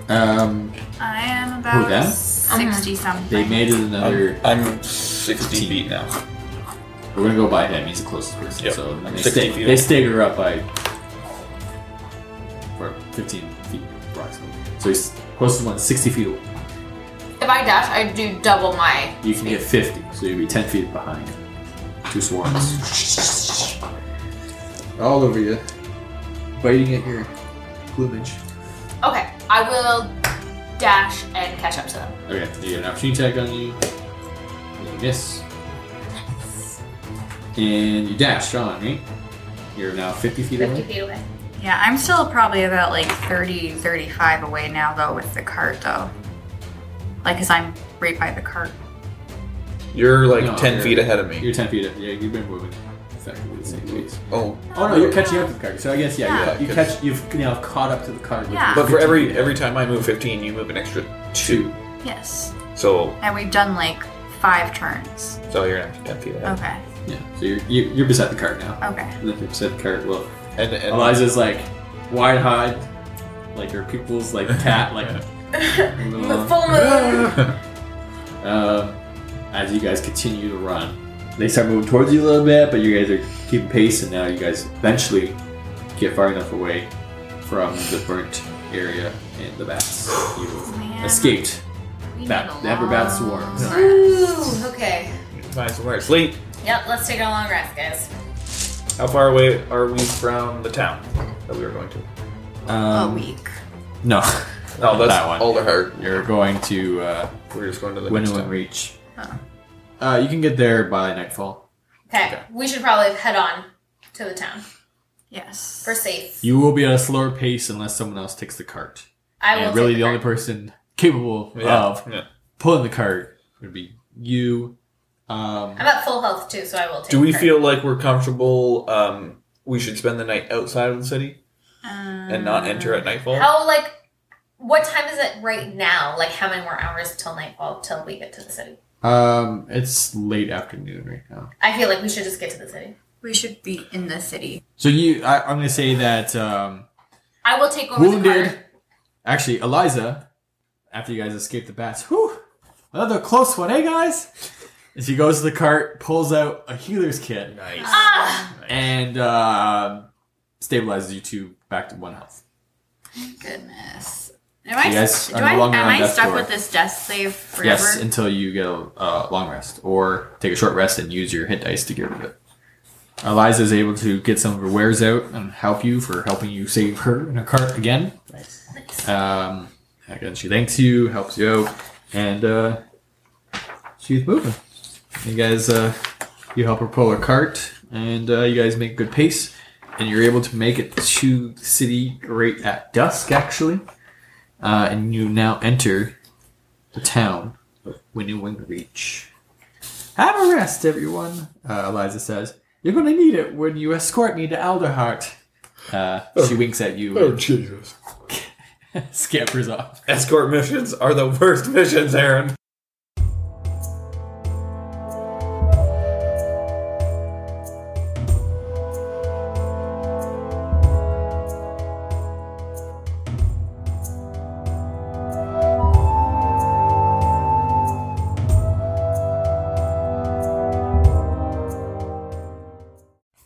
Speaker 2: Um,
Speaker 5: I am
Speaker 2: who
Speaker 5: about
Speaker 2: them?
Speaker 5: 60 something.
Speaker 2: They made it another.
Speaker 6: I'm, I'm 60 feet now.
Speaker 2: We're gonna go by him. He's the closest person.
Speaker 6: Yep.
Speaker 2: So they,
Speaker 6: 60
Speaker 2: stag-
Speaker 6: feet.
Speaker 2: they stagger up by or 15 feet approximately. So he's closest one, is 60 feet away.
Speaker 8: If I dash, I do double my.
Speaker 2: You can get 50, so you'd be 10 feet behind. Two swarms. All over you. Biting at your plumage.
Speaker 8: Okay, I will dash and catch up to them.
Speaker 2: Okay, you get an opportunity attack on you. And you miss. And you dash on, right? You're now 50 feet
Speaker 8: 50
Speaker 2: away.
Speaker 8: feet away.
Speaker 5: Yeah, I'm still probably about like 30, 35 away now though with the cart though. Like, cause I'm right by the cart.
Speaker 6: You're like
Speaker 2: No,
Speaker 6: 10
Speaker 2: you're-
Speaker 6: feet ahead of me.
Speaker 2: You're 10 feet up. Yeah, you've been moving effectively the same pace.
Speaker 6: Oh.
Speaker 2: Oh no, you're catching up to the cart. So I guess, yeah,
Speaker 6: Yeah,
Speaker 2: you, you
Speaker 6: because-
Speaker 2: catch, you've you know, caught up to the cart. with
Speaker 5: Yeah.
Speaker 6: But for every
Speaker 2: 15.
Speaker 6: every time I move 15, you move an extra two.
Speaker 5: Yes.
Speaker 6: So
Speaker 5: And we've done like five turns.
Speaker 6: so you're an extra 10 feet
Speaker 8: Oh.
Speaker 6: ahead.
Speaker 5: Okay.
Speaker 2: Yeah, so you're, you, you're beside the cart now.
Speaker 5: Okay.
Speaker 2: And if you're beside the cart, well,
Speaker 6: And, and
Speaker 2: Eliza's like wide eyed, like her pupils like cat, like moving along.
Speaker 8: Full moon!
Speaker 2: Um, as you guys continue to run, they start moving towards you a little bit, but you guys are keeping pace, and now you guys eventually get far enough away from the burnt area and the bats. You
Speaker 5: Man.
Speaker 2: escaped.
Speaker 5: We need
Speaker 2: Bat,
Speaker 5: a
Speaker 2: the ever bat
Speaker 5: long
Speaker 2: swarms.
Speaker 8: Ooh, okay.
Speaker 6: Find somewhere to sleep.
Speaker 8: Yep, let's take a long rest, guys.
Speaker 6: How far away are we from the town that we were going to?
Speaker 5: A
Speaker 2: Um,
Speaker 5: week.
Speaker 2: No,
Speaker 6: No, that's
Speaker 2: That one.
Speaker 6: Alderheart.
Speaker 2: you're going to uh,
Speaker 6: We're just going to the next
Speaker 2: Windowland
Speaker 6: town.
Speaker 2: Reach.
Speaker 5: Huh.
Speaker 2: Uh, you can get there by nightfall.
Speaker 8: Okay,
Speaker 6: Okay.
Speaker 8: we should probably head on to the town
Speaker 5: Yes.
Speaker 8: for safe.
Speaker 2: You will be at a slower pace unless someone else takes the cart.
Speaker 8: I will
Speaker 2: and really,
Speaker 8: take
Speaker 2: the only
Speaker 8: cart.
Speaker 2: person capable
Speaker 6: Yeah.
Speaker 2: of
Speaker 6: yeah.
Speaker 2: pulling the cart would be you. Um,
Speaker 8: I'm at full health too, so I will take.
Speaker 6: Do we
Speaker 8: cart.
Speaker 6: feel like we're comfortable? Um, we should spend the night outside of the city and
Speaker 5: And
Speaker 6: not enter at nightfall.
Speaker 8: Um, How Oh, like, what time is it right now? Like, how many more hours till nightfall till we get to the city?
Speaker 2: um, it's late afternoon right now.
Speaker 8: I feel like we should just get to the city.
Speaker 5: We should be in the city.
Speaker 2: So you, I, I'm gonna say that um,
Speaker 8: I will take over the
Speaker 2: wounded.
Speaker 8: cart.
Speaker 2: Actually, Eliza, after you guys escape the bats, whew, another close one, eh, guys? And she goes to the cart, pulls out a healer's kit,
Speaker 6: Nice.
Speaker 8: Ah,
Speaker 2: and um stabilizes you two back to one health.
Speaker 5: Goodness.
Speaker 3: Am I,
Speaker 2: You guys
Speaker 3: do
Speaker 2: are no
Speaker 3: I, am
Speaker 2: longer on
Speaker 3: I
Speaker 2: death
Speaker 3: stuck
Speaker 2: door.
Speaker 3: with this death slave forever?
Speaker 2: Yes, until you get a uh, long rest or take a short rest and use your hit dice to get rid of it. Eliza is able to get some of her wares out and help you for helping you save her in her cart again. Um, again, she thanks you, helps you out, and uh, she's moving. You guys, uh, you help her pull her cart, and uh, you guys make good pace, and you're able to make it to the city right at dusk, actually. Uh, and you now enter the town of Winnowing Reach. Have a rest, everyone, uh, Eliza says. You're going to need it when you escort me to Alderheart. Uh, She winks at you
Speaker 13: Oh
Speaker 2: and
Speaker 13: Jesus!
Speaker 2: scampers off.
Speaker 6: Escort missions are the worst missions, Aaron.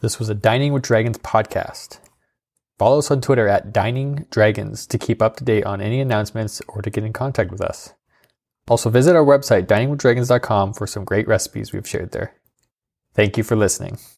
Speaker 1: This was a Dining with Dragons podcast. Follow us on Twitter at Dining Dragons to keep up to date on any announcements or to get in contact with us. Also, visit our website, diningwithdragons.com, for some great recipes we've shared there. Thank you for listening.